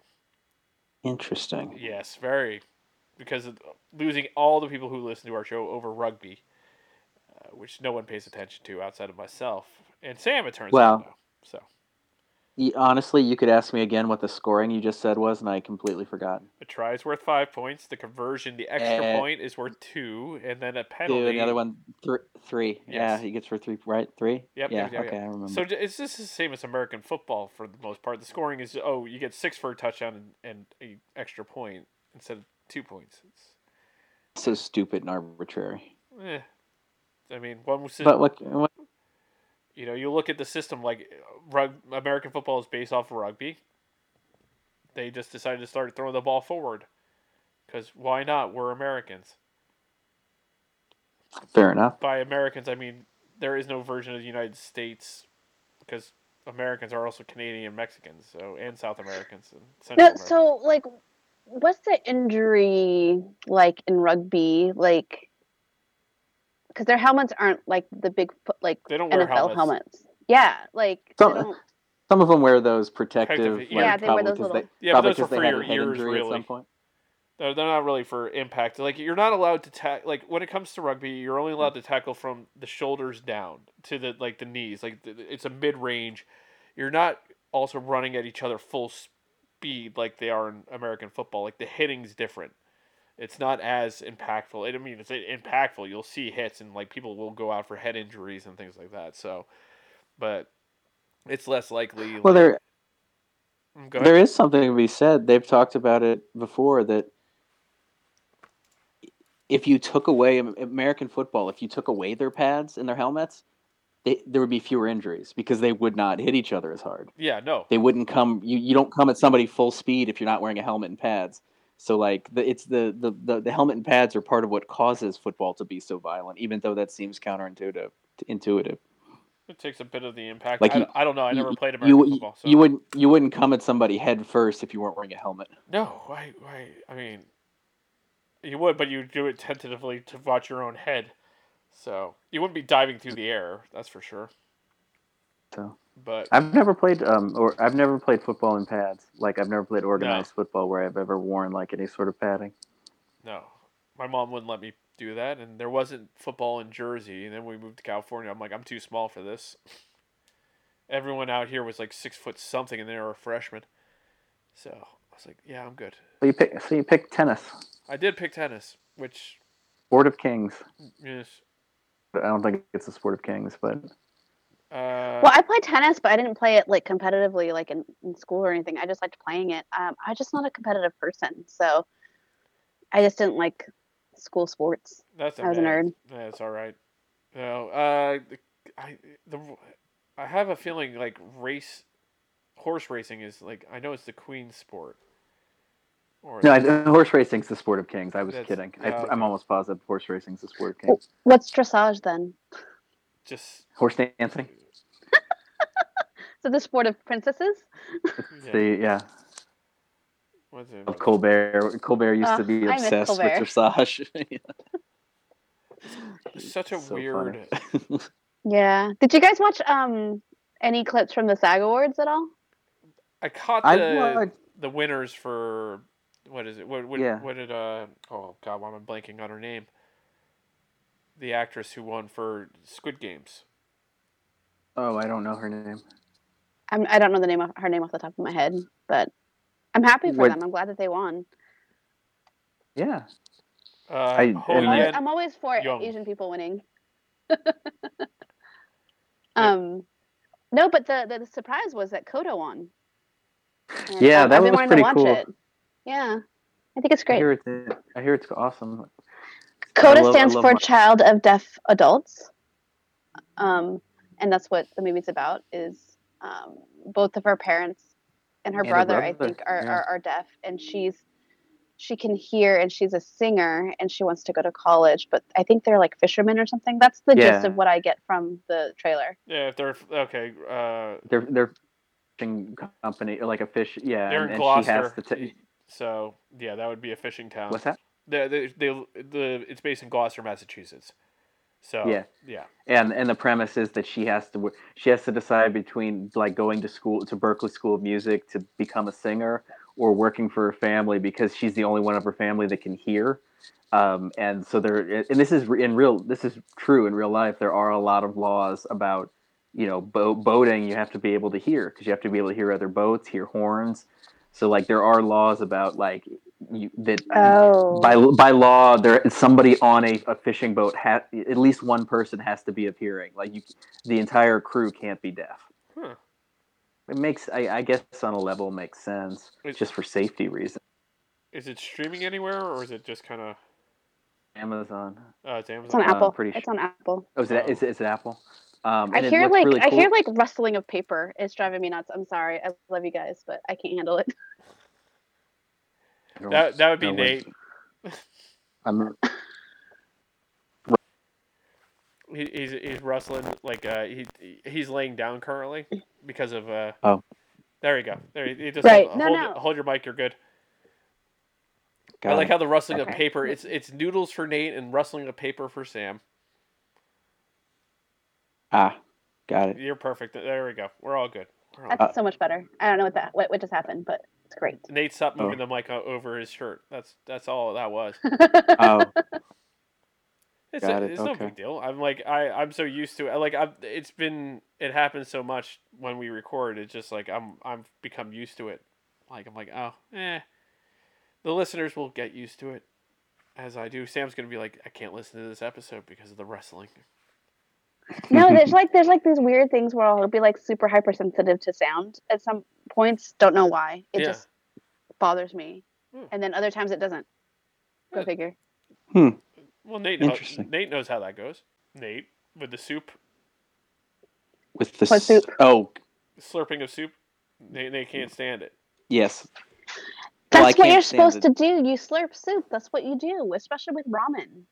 B: Interesting.
A: Yes, very. Because of losing all the people who listen to our show over rugby, uh, which no one pays attention to outside of myself and Sam, it turns
B: Well.
A: out. Now. So
B: Y- Honestly, you could ask me again what the scoring you just said was, and I completely forgot.
A: a try is worth five points. The conversion, the extra
B: Eh.
A: point, is worth two, and then a
B: Dude,
A: penalty.
B: another one, thr- three. Yeah,
A: Yes.
B: he gets for three, right? Three.
A: Yep,
B: Yeah.
A: yep, yep,
B: okay, I remember.
A: So j- it's just the same as American football for the most part. The scoring is oh, you get six for a touchdown and, and a extra point instead of two points. It's,
B: so stupid and arbitrary.
A: eh. I mean, one was
B: But what? what
A: You know, you look at the system like rug, American football is based off of rugby. They just decided to start throwing the ball forward because why not? We're Americans.
B: fair enough.
A: By Americans, I mean there is no version of the United States because Americans are also Canadian and Mexicans, so and South Americans and Central
C: No,
A: Americans.
C: so like, what's the injury like in rugby? Like, because their helmets aren't like the big fo- like
A: they don't wear
C: NFL
A: helmets.
C: helmets. Yeah, like they
B: Some-
C: don't-
B: Some of them wear those protective.
A: Protective,
B: like,
A: yeah. Yeah,
C: they wear
B: probably
C: those
B: 'cause
C: little-
A: Yeah, but
B: probably
A: those are
B: 'cause they
A: for
B: had
A: your
B: a head
A: ears,
B: injury At
A: really.
B: some point.
A: They're, they're not really for impact. Like you're not allowed to tack. Like when it comes to rugby, you're only allowed to tackle from the shoulders down to the like the knees. Like th- it's a mid range. You're not also running at each other full speed like they are in American football. Like the hitting's different. It's not as impactful. It, I mean, it's impactful. You'll see hits and like people will go out for head injuries and things like that. So, but it's less likely. like-
B: Well, there
A: Go ahead.
B: there is something to be said. They've talked about it before that if you took away Am- American football, if you took away their pads and their helmets, they, there would be fewer injuries because they would not hit each other as hard.
A: Yeah, no.
B: They wouldn't come. You, you don't come at somebody full speed if you're not wearing a helmet and pads. So like the, it's the, the the the helmet and pads are part of what causes football to be so violent, even though that seems counterintuitive. Intuitive.
A: It takes a bit of the impact.
B: Like
A: I,
B: you-
A: I don't know. I
B: you-
A: never played American
B: You, you,
A: football. So.
B: you wouldn't you wouldn't come at somebody head first if you weren't wearing a helmet.
A: No, I, I, I mean, you would, but you do it tentatively to watch your own head. So you wouldn't be diving through the air, that's for sure.
B: So.
A: But
B: I've never played um or I've never played football in pads. Like I've never played organized football where I've ever worn like any sort of padding.
A: no, my mom wouldn't let me do that, and there wasn't football in Jersey. And then we moved to California. I'm like, I'm too small for this. Everyone out here was like six foot something, and they were a freshman. So I was like, yeah, I'm good.
B: So you pick so you pick tennis.
A: I did pick tennis, which
B: Sport of Kings.
A: is.
B: I don't think it's a sport of kings, but
A: Uh,
C: Well, I play tennis, but I didn't play it like competitively, like in, in school or anything. I just liked playing it. Um, I'm just not a competitive person, so I just didn't like school sports.
A: That's
C: I was a
A: okay.
C: nerd.
A: Yeah, it's all right. No, uh, I the I have a feeling like race, horse racing is like I know it's the queen sport. Or
B: no, I, horse racing's the sport of kings. I was
A: That's-
B: kidding. I,
A: yeah,
B: I'm
A: okay.
B: almost positive horse racing's the sport of
C: Oh.
B: kings.
C: What's dressage then?
A: just
B: Horse dancing.
C: So the sport of princesses?
A: uh, yeah,
B: The yeah,
A: what's
B: of Colbert. Colbert used to
C: Ah,
B: be
C: I miss
B: obsessed with
C: Colbert.
B: dressage.
A: it? Such a
B: So funny.
A: weird.
C: Yeah. Did you guys watch um any clips from the SAG Awards at all?
A: I caught the
B: I watched-
A: the winners for what is it? What what,
B: Yeah.
A: what did uh oh god, why am I blanking on her name? The actress who won for Squid Games.
B: oh, I don't know her name.
C: I'm, I don't know the name of her name off the top of my head, but I'm happy for
B: What-
C: them. I'm glad that they won.
B: Yeah,
A: Uh,
B: and
A: Ho
B: I-
C: I'm always,
A: Yen-
C: I'm always for
A: Young.
C: Asian people winning. um, no, but the, the the surprise was that Kodo won. And
B: Yeah,
C: I've-
B: that
C: I've been
B: was
C: wanting
B: pretty
C: to watch
B: cool.
C: It. Yeah, I think it's
B: I
C: great.
B: hear it's I hear it's awesome. I
C: CODA
B: love- I
C: stands
B: love
C: for
B: my-
C: Child of Deaf Adults, um, and that's what the movie's about. Is um, both of her parents and her
B: And her
C: brother, I
B: brother,
C: think, are,
B: yeah.
C: are are deaf, and she's she can hear, and she's a singer, and she wants to go to college, but I think they're like fishermen or something. That's the gist
B: Yeah.
C: of what I get from the trailer.
A: Yeah, if they're okay. Uh,
B: They're they're fishing company like a fish. Yeah,
A: They're
B: and,
A: in
B: and she
A: Gloucester.
B: has to. ta-
A: so yeah, that would be a fishing town.
B: What's that?
A: The, the, the, the, it's based in Gloucester, Massachusetts. So
B: Yeah.
A: yeah,
B: and and the premise is that she has to w- she has to decide between like going to school to Berkeley School of Music to become a singer or working for her family because she's the only one of her family that can hear. Um, and so there and this is re- in real this is true in real life there are a lot of laws about you know bo- boating you have to be able to hear because you have to be able to hear other boats hear horns so like there are laws about like you, that
C: Oh,
B: by by law there somebody on a, a fishing boat ha- at least one person has to be of hearing like you the entire crew can't be deaf
A: Huh.
B: it makes I, I guess on a level it makes sense
A: It-
B: just for safety reasons
A: is it streaming anywhere or is it just kind of?
B: amazon
A: Uh, it's
C: it's on
A: Amazon.
B: I'm
C: Apple.
B: pretty
C: It's on Apple.
B: oh is it is, it- is it apple um,
C: I
B: and it
C: hear
B: looks
C: like
B: really
C: I
B: cool.
C: hear like rustling of paper. It's driving me nuts. I'm sorry. I love you guys, but I can't handle it.
B: I don't-
A: That that would be
B: no,
A: Nate.
B: wait. I'm,
A: He, he's he's rustling like uh he he's laying down currently because of uh.
B: Oh.
A: There you go. There you you just
C: Right.
A: hold,
C: No,
A: hold,
C: no.
A: hold your mic. You're good. I
B: God,
A: like how the rustling of
C: Okay.
A: paper. It's it's noodles for Nate and rustling of paper for Sam.
B: ah got it
A: You're perfect. There we go. We're all good. We're all
C: That's
B: Uh,
C: so much better. I don't know what that what, what just happened, but it's great.
A: Nate stopped
B: Oh.
A: moving the mic o- over his shirt. That's that's all that was.
B: oh
A: It's, a-
B: Got it,
A: it's no
B: okay.
A: big deal. I'm like I I'm so used to it. Like I've, it's been it happens so much when we record. It's just like I'm I'm become used to it. Like I'm like oh eh, the listeners will get used to it as I do. Sam's gonna be like I can't listen to this episode because of the wrestling.
C: No, there's like there's like these weird things where I'll be like super hypersensitive to sound at some points. Don't know why. It
A: Yeah.
C: just bothers me.
A: Hmm.
C: And then other times it doesn't. Go
A: Yeah.
C: figure.
A: Well, Nate, know-
B: Interesting.
A: Nate knows how that goes. Nate with the soup,
B: With the
C: What
B: s-
C: soup?
B: oh
A: slurping of soup. Nate, Nate can't stand it.
B: yes, Well, I
C: That's what
B: can't
C: you're
B: stand
C: supposed to do. You slurp soup. That's what you do, especially with ramen.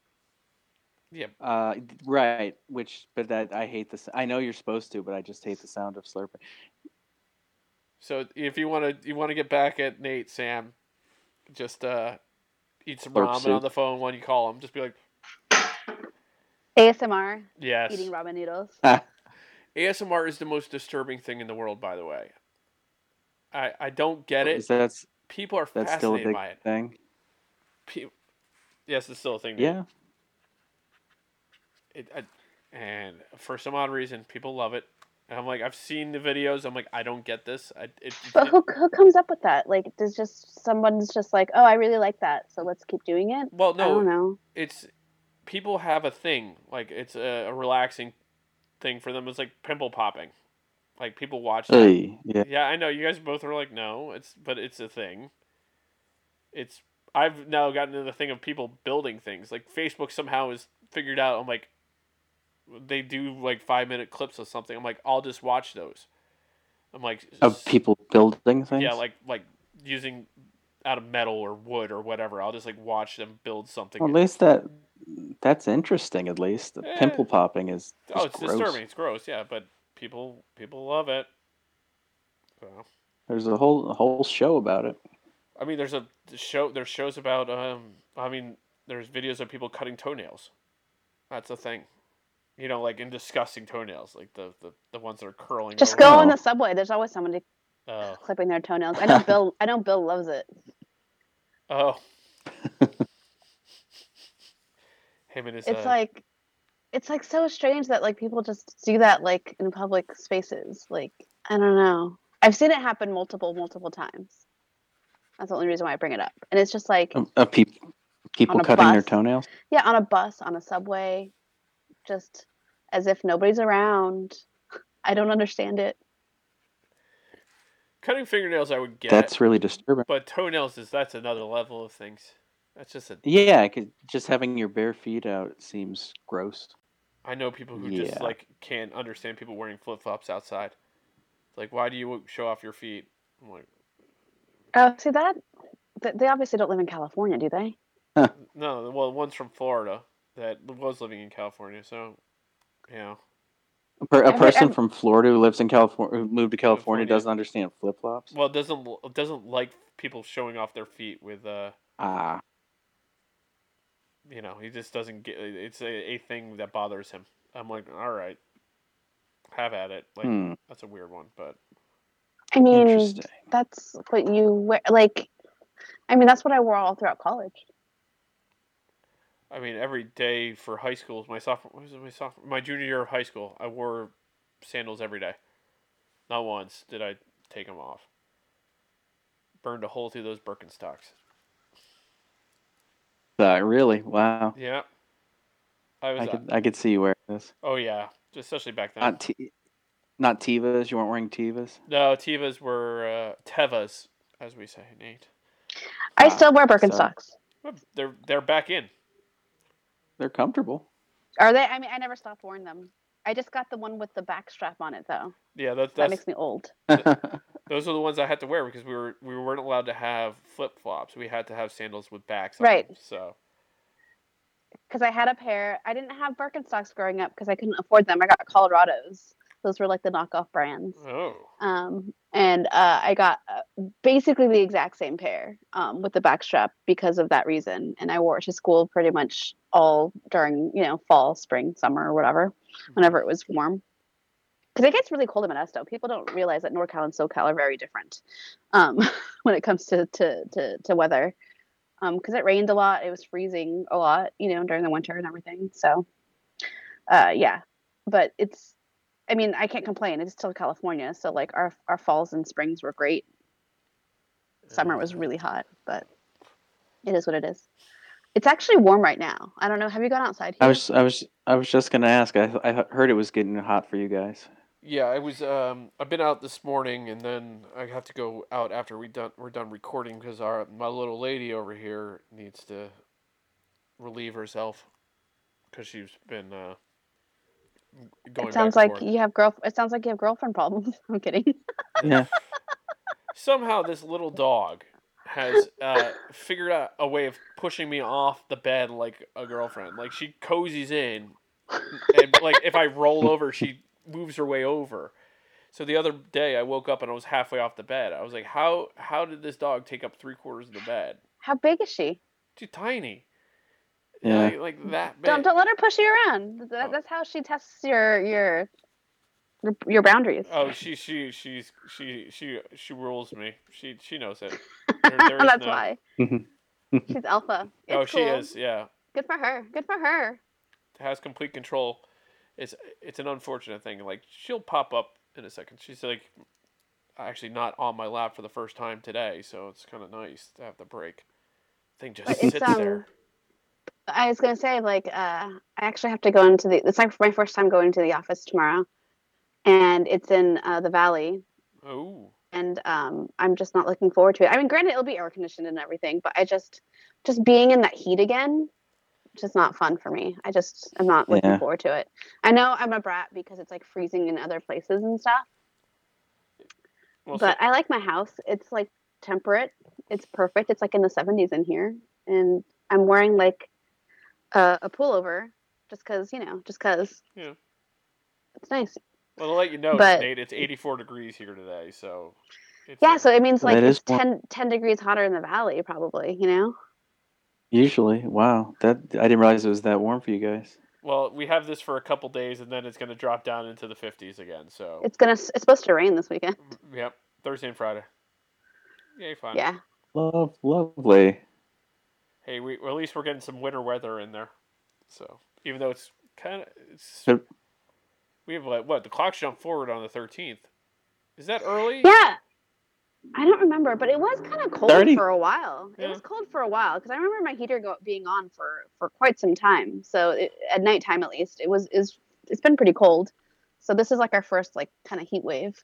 B: uh, right. Which, but that I hate this. I know you're supposed to, but I just hate the sound of slurping.
A: So if you want to, you want to get back at Nate, Sam, just uh, eat some
B: Slurp
A: ramen
B: soup.
A: on the phone when you call him. Just be like,
C: ASMR,
A: yes.
C: eating ramen noodles.
A: ASMR is the most disturbing thing in the world, by the way. I I don't get it.
B: Is that's
A: People are
B: that's still a
A: fascinated
B: big
A: by it.
B: thing?
A: Pe- yes, it's still a thing. Nate.
B: Yeah.
A: it, I, and for some odd reason, people love it. And I'm like, I've seen the videos. I'm like, I don't get this. I, it,
C: But who who comes up with that? Like, does just someone's just like, oh, I really like that, so let's keep doing it.
A: well,
C: I don't
A: no,
C: know.
A: it's people have a thing. Like it's a, a relaxing thing for them. It's like pimple popping. Like people watch that.
B: Hey. Yeah.
A: Yeah, I know. You guys both are like, no, it's but it's a thing. It's I've now gotten into the thing of people building things. Like Facebook somehow has figured out. I'm like, they do like five minute clips of something. I'm like, I'll just watch those. I'm like,
B: Of people building things.
A: yeah, like like using out of metal or wood or whatever. I'll just like watch them build something.
B: Well, at least that that's interesting. At least the
A: Eh.
B: pimple popping is.
A: oh,
B: just
A: it's
B: gross.
A: disturbing. It's gross. Yeah, but people people love it. So.
B: There's a whole a whole show about it.
A: I mean, there's a show. There's shows about. Um, I mean, there's videos of people cutting toenails. That's a thing. You know, like in disgusting toenails, like the the, the ones that are curling.
C: Just
A: over.
C: go on
B: Wow.
C: the subway. There's always somebody
A: Oh,
C: clipping their toenails. I know Bill. I know Bill loves it.
A: oh. Him and his.
C: It's
A: uh,
C: like, it's like so strange that like people just do that like in public spaces. Like I don't know. I've seen it happen multiple multiple times. That's the only reason why I bring it up. And it's just like,
B: Uh, uh, peop people
C: On a
B: cutting their
C: bus.
B: toenails.
C: yeah, on a bus, on a subway, just as if nobody's around. I don't understand it.
A: cutting fingernails. I would get.
B: That's really disturbing.
A: But toenails is that's another level of things. That's just a.
B: Yeah, 'cause just having your bare feet out seems gross.
A: I know people who just
B: Yeah.
A: like can't understand people wearing flip flops outside. It's like, why do you show off your feet? I'm like,
C: Oh, see that? Th- They obviously don't live in California, do they?
A: No, well, one's from Florida that was living in California, so you know,
B: A, per, a
C: Every-
B: person
C: every-
B: from Florida who lives in California, who moved to
A: California.
B: California, doesn't understand flip flops.
A: well, doesn't doesn't like people showing off their feet with uh,
B: Ah,
A: you know, he just doesn't get. It's a, a thing that bothers him. I'm like, all right, have at it. Like
B: hmm,
A: that's a weird one, but
C: I mean,
B: interesting.
C: that's what you wear. Like, I mean, that's what I wore all throughout college.
A: I mean, every day for high school, my sophomore, what was it, my sophomore, my junior year of high school, I wore sandals every day. Not once did I take them off. Burned a hole through those Birkenstocks.
B: Uh, really? Wow.
A: Yeah. I was.
B: I
A: uh,
B: could I could see you wearing this.
A: Oh yeah, especially back then.
B: Not t- not Tivas. You weren't wearing Tivas.
A: no, Tevas were uh, Tevas, as we say, Nate.
C: I
B: Ah,
C: still wear Birkenstocks.
A: Well, They're they're back in.
B: They're comfortable.
C: Are they? I mean, I never stopped wearing them. I just got the one with the back strap on it, though.
A: Yeah, that,
C: That
A: that's
C: makes me old.
A: those are the ones I had to wear because we were we weren't allowed to have flip flops. We had to have sandals with backs. on
C: Right.
A: them, so
C: Because I had a pair. I didn't have Birkenstocks growing up because I couldn't afford them. I got Colorados. Those were like the knockoff brands.
A: oh
C: Um, and uh, I got uh, basically the exact same pair um, with the back strap because of that reason. And I wore it to school pretty much all during, you know, fall, spring, summer, or whatever,
B: Mm-hmm.
C: whenever it was warm. Because it gets really cold in Modesto. People don't realize that NorCal and SoCal are very different um, when it comes to, to, to, to weather. Because it rained a lot, it was freezing a lot, you know, during the winter and everything. So, uh, yeah. But it's I mean, I can't complain. It's still California, so like our our falls and springs were great. Summer was really hot, but it is what it is. It's actually warm right now. I don't know. Have you gone outside here?
B: I was I was I was just gonna ask. I I heard it was getting hot for you guys.
A: Yeah, I was. Um, I've been out this morning, and then I have to go out after we done we're done recording because our my little lady over here needs to relieve herself because she's been uh, going.
C: it
A: back
C: sounds like
A: and forth.
C: you have girl. It sounds like you have girlfriend problems. I'm kidding.
B: Yeah.
A: somehow this little dog has uh, figured out a way of pushing me off the bed like a girlfriend. Like she cozies in, and like if I roll over, she moves her way over. So the other day, I woke up and I was halfway off the bed. I was like, "How how did this dog take up three quarters of the bed?
C: How big is she?
A: Too tiny,
B: Yeah.
A: like, like that big."
C: Don't don't let her push you around. That,
A: Oh.
C: That's how she tests your your your, your boundaries.
A: Oh, she she she's she she she rules me. She she knows it. There- there is
C: That's
A: no-
C: why.
B: Mhm.
C: She's alpha. It's
A: Oh, she
C: cool.
A: is. Yeah.
C: Good for her. Good for her.
A: has complete control. It's it's an unfortunate thing. Like she'll pop up in a second. She's like actually not on my lap for the first time today, so it's kind of nice to have the break. Thing just
C: But it's,
A: sits
C: um,
A: there.
C: I was gonna say like uh, I actually have to go into the. It's like my first time going to the office tomorrow, and it's in uh, the valley,
A: Oh,
C: and um, I'm just not looking forward to it. I mean, granted, it'll be air conditioned and everything, but I just just being in that heat again, just not fun for me. I just am not looking
B: Yeah.
C: forward to it. I know I'm a brat because it's like freezing in other places and stuff,
A: well, so-
C: but I like my house. It's like temperate. It's perfect. It's like in the 70s in here, and I'm wearing like a, a pullover just because you know, just because.
A: Yeah.
C: It's nice.
A: well, to let you know,
C: but-
A: Nate, it's 84 degrees here today, so. It's
C: Yeah,
A: like-
C: so it means like
B: That
C: it's
B: is warm.
C: 10, 10 degrees hotter in the valley, probably. You know.
B: Usually, wow. That I didn't realize it was that warm for you guys.
A: well, we have this for a couple days, and then it's going to drop down into the 50s again. So,
C: It's gonna. It's supposed to rain this weekend.
A: yep, Thursday and Friday. Yay, fine.
C: Yeah.
B: Love, lovely.
A: hey, we well, at least we're getting some winter weather in there. So even though it's kind of it's
B: Yep.
A: we have like what the clocks jump forward on the thirteenth. Is that early?
C: Yeah. I don't remember, but it was kind of cold
B: 30.
C: for a while. It
A: Yeah.
C: was cold for a while because I remember my heater go- being on for for quite some time. So it, at nighttime, at least, it was is it's been pretty cold. So this is like our first like kind of heat wave.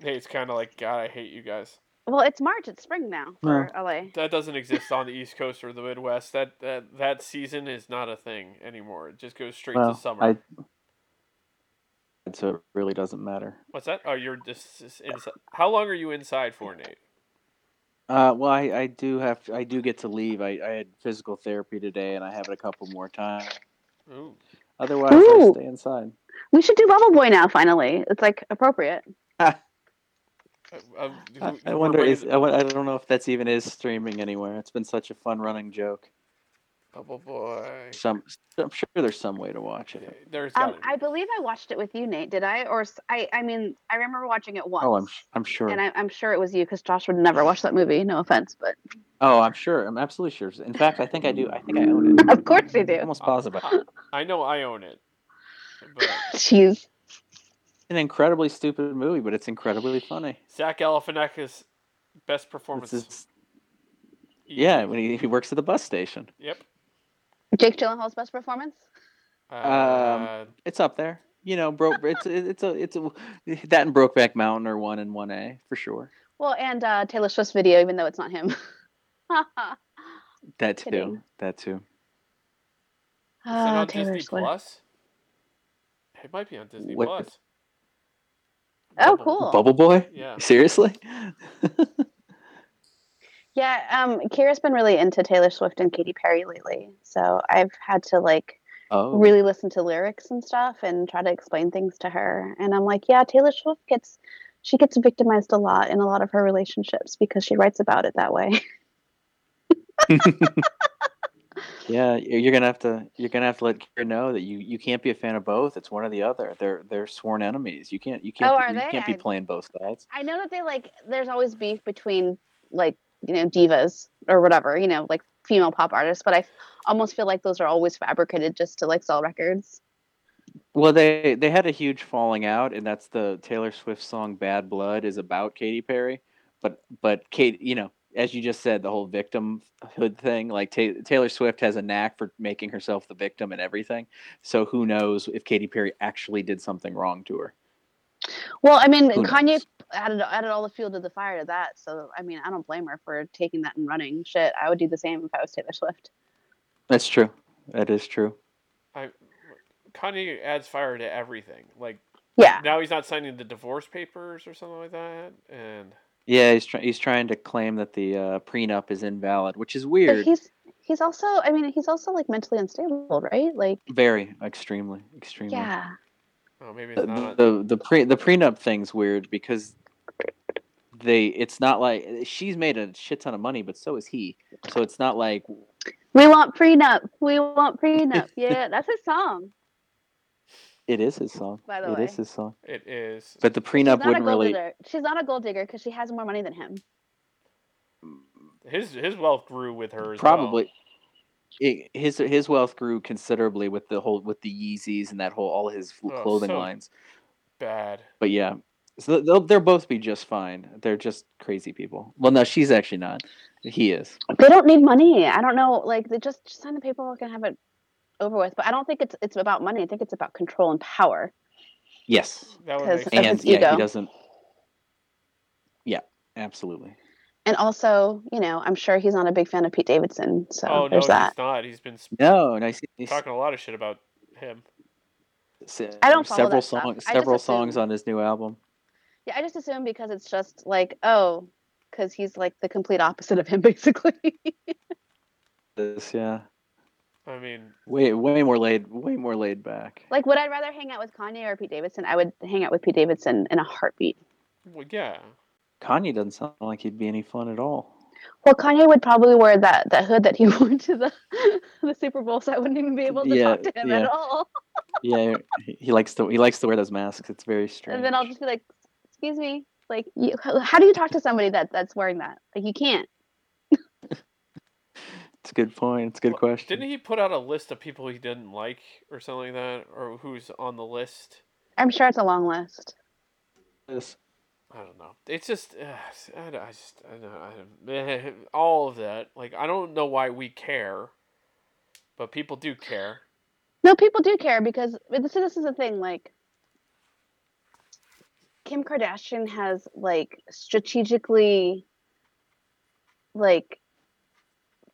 A: Hey, it's kind of like God, I hate you guys.
C: Well, it's March. It's spring now for LA.
A: That doesn't exist on the East Coast or the Midwest. That that that season is not a thing anymore. It just goes straight
B: Well,
A: to summer.
B: I. So it really doesn't matter.
A: What's that? Oh, you're just, just inside. How long are you inside for, Nate?
B: Uh, well, I, I do have I do get to leave. I, I had physical therapy today, and I have it a couple more times.
A: Ooh,
B: Otherwise, I
C: Ooh.
B: stay inside.
C: We should do Bubble Boy now. Finally, it's like appropriate.
A: I, I-
B: I,
A: Uh, um, who-
B: I
A: we're
B: wonder
A: waiting-
B: is I, won- I don't know if that's even is streaming anywhere. It's been such a fun running joke.
A: Bubble Oh, boy.
B: Some I'm sure there's some way to watch it.
A: There's got
C: Um, I believe I watched it with you, Nate. Did I? Or s- I? I mean, I remember watching it once.
B: Oh, I'm sh- I'm sure.
C: and I, I'm sure it was you because Josh would never watch that movie. No offense, but
B: oh, I'm sure. I'm absolutely sure. In fact, I think I do. I think I own it.
C: of course they do.
B: Almost positive.
A: I know I own it, but.
C: Jeez.
B: An incredibly stupid movie, but it's incredibly funny.
A: Zach Galifianakis, best
B: It's
A: performance.
B: just, yeah, when he, he works at the bus station,
A: Yep.
C: Jake Gyllenhaal's best performance.
A: Uh,
B: it's up there. You know, bro, it's it's a it's a that and Brokeback Mountain are one and one A for sure.
C: Well, and uh, Taylor Swift's video, even though it's not him. Ah,
B: That too.
C: Kidding.
B: That too.
A: is it
C: Ah,
A: on Disney Plus? It might be on Disney
B: What-
A: Plus.
C: Oh,
A: Bubble.
C: cool.
B: Bubble Boy.
A: Yeah.
B: Seriously?
C: Yeah, um, Kira's been really into Taylor Swift and Katy Perry lately, so I've had to like
B: Oh,
C: really listen to lyrics and stuff and try to explain things to her. And I'm like, yeah, Taylor Swift gets she gets victimized a lot in a lot of her relationships because she writes about it that way.
B: Yeah, y- you're gonna have to you're gonna have to let Kira know that you you can't be a fan of both. It's one or the other. They're they're sworn enemies. You can't you can't
C: Oh,
B: be-
C: are
B: you
C: they?
B: can't be
C: I-
B: playing both sides.
C: I know that they like there's always beef between like you know divas or whatever you know like female pop artists, but I f- almost feel like those are always fabricated just to like sell records.
B: Well, they they had a huge falling out, and that's the Taylor Swift song "Bad Blood" is about Katy Perry. But but Kate, you know, as you just said, the whole victimhood thing. Like Ta- Taylor Swift has a knack for making herself the victim and everything. So who knows if Katy Perry actually did something wrong to her?
C: Well, I mean,
B: Who
C: Kanye
B: knows?
C: added added all the fuel to the fire to that. So I mean, I don't blame her for taking that and running. Shit, I would do the same if I was Taylor Swift.
B: That's true. That is true.
A: Kanye adds fire to everything. Like
C: Yeah,
A: now he's not signing the divorce papers or something like that. And
B: Yeah, he's try- he's trying to claim that the uh, prenup is invalid, which is
C: but
B: weird.
C: he's he's also. I mean, he's also like mentally unstable, right? Like,
B: Very, extremely, extremely.
C: yeah.
A: oh, maybe
B: the
A: it's not.
B: the the pre the prenup thing's weird because they it's not like she's made a shit ton of money, but so is he. So it's not like
C: We want prenup. We want prenup. Yeah, that's his song,
B: it is his song.
C: by the
B: It
C: way.
B: is his song,
A: It is.
B: but the
C: She's
B: prenup
C: not a
B: wouldn't
C: gold
B: really.
C: digger. She's not a gold digger because she has more money than him.
A: His his wealth grew with hers.
B: probably it, his his wealth grew considerably with the whole with the Yeezys and that whole all his fl-
A: Oh,
B: clothing
A: so-
B: lines.
A: bad.
B: But yeah, so they'll they'll both be just fine. They're just crazy people. Well, no, she's actually not. He is.
C: They don't need money. I don't know. Like, they just, just sign the paperwork and have it over with. But I don't think it's it's about money. I think it's about control and power.
B: Yes,
A: That would make
C: Because-
A: sense.
C: That's
B: and
C: his
B: yeah,
C: ego.
B: he doesn't. Yeah, absolutely.
C: And also, you know, I'm sure he's not a big fan of Pete Davidson. So
A: Oh no,
C: there's that.
A: he's not. He's been sp-
B: No, and I see he's-
A: talking a lot of shit about him.
B: se-
C: I don't follow
B: several
C: that stuff.
B: songs,
C: I just
B: several songs
C: assume-
B: on his new album.
C: Yeah, I just assume because it's just like, oh, because he's like the complete opposite of him, basically.
B: This, yeah,
A: I mean,
B: way way more laid, way more laid back.
C: like, would I rather hang out with Kanye or Pete Davidson? I would hang out with Pete Davidson in a heartbeat.
A: well, yeah.
B: Kanye doesn't sound like he'd be any fun at all.
C: Well, Kanye would probably wear that that hood that he wore to the the Super Bowl, so I wouldn't even be able to
B: Yeah,
C: talk to him
B: yeah.
C: at all.
B: Yeah, he- he likes to he likes to wear those masks. It's very strange.
C: And then I'll just be like, "Excuse me, like, you, how how do you talk to somebody that that's wearing that? Like, you can't."
B: It's a good point. It's a good
A: Well,
B: question.
A: Didn't he put out a list of people he didn't like or something like that, or who's on the list?
C: I'm sure it's a long list.
B: Yes.
A: I don't know. It's just, uh, I, don't- I just, I don't, I don't, all of that. Like, I don't know why we care, but people do care.
C: No, people do care because but this, this is the thing. Like, Kim Kardashian has like strategically, like,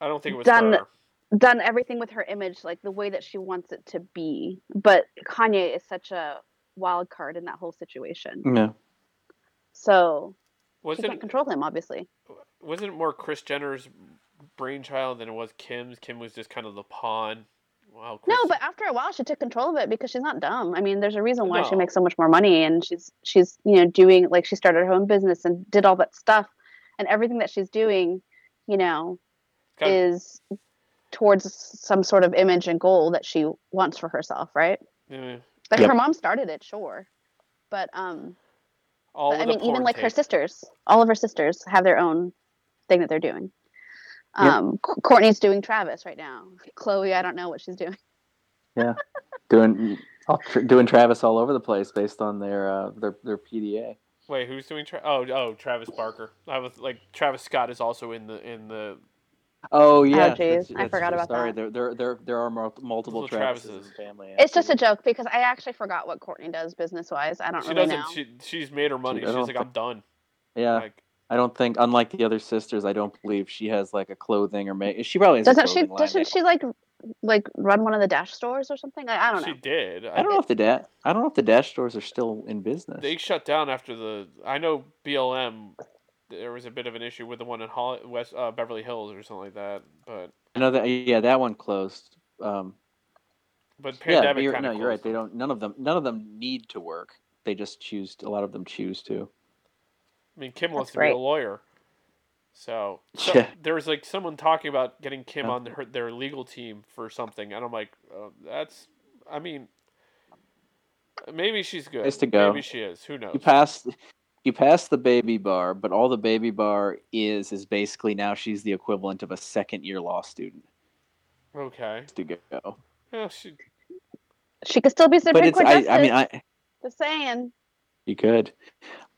A: I don't think it was
C: Done.
A: her.
C: done everything with her image like the way that she wants it to be. But Kanye is such a wild card in that whole situation.
B: No.
C: So she
A: Wasn't
C: can't control him, obviously.
A: wasn't it more Chris Jenner's brainchild than it was Kim's? Kim was just kind of the pawn. Wow. Chris,
C: No, but after a while, she took control of it because she's not dumb. I mean, there's a reason why she
A: No.
C: makes so much more money, and she's she's you know doing like she started her own business and did all that stuff, and everything that she's doing, you know,
A: kind of-
C: is towards some sort of image and goal that she wants for herself, right?
A: yeah,
C: Like
B: Yep.
C: her mom started it, sure, but um,
A: all
C: but, I
A: with a
C: mean, even
A: porn
C: like her
A: tape.
C: sisters, all of her sisters have their own thing that they're doing. Um, Courtney's Courtney's doing Travis right now. Chloe, I don't know what she's doing. Mm-hmm.
B: Doing all tr- doing Travis all over the place based on their uh, their their PDA.
A: Wait, who's doing? Tra- oh, oh, Travis Barker. I was like, Travis Scott is also in the in the.
B: Oh yeah.
C: geez, I forgot about
B: Sorry,
C: that.
B: there there there there are mul- multiple
A: Multiple
B: Travises in
A: Travises.
B: the family.
C: It's just a
B: absolutely.
C: joke because I actually forgot what Courtney does business wise. I don't
A: She
C: really
A: doesn't.
C: know.
A: She, she's made her money.
B: I
A: She's
B: don't
A: like, I'm done.
B: Yeah,
A: Like,
B: I don't think unlike the other sisters, I don't believe she has like a clothing or make. She probably has a
C: doesn't she?
B: clothing line.
C: Doesn't she like like run one of the dash stores or something? I, I don't
A: she
C: know.
A: did.
B: I don't know if the da- I don't know if the dash stores are still in business.
A: They shut down after the. I know BLM. There was a bit of an issue with the one in Hol- West uh, Beverly Hills or something like that, but
B: I know that yeah, that one closed. Um,
A: but
B: yeah, but
A: pandemic
B: you're,
A: kind
B: no,
A: of.
B: you're right. They don't. None of them. None of them need to work. They just choose. A lot of them choose to.
A: I mean, Kim wants
C: That's
A: to be
C: right.
A: a lawyer, so, so
B: Yeah.
A: there was like someone talking about getting Kim
B: Yeah.
A: on her, their legal team for something, and I'm like, uh, that's. I mean, maybe she's good.
B: Place to go.
A: Maybe she is. Who knows?
B: You pass. You pass the baby bar, but all the baby bar is is basically now she's the equivalent of a second year law student
A: okay.
B: to go.
A: Yeah, she,
C: She could still be Supreme
B: but it's
C: Court
B: I,
C: justice.
B: I mean I
C: just saying.
B: you could.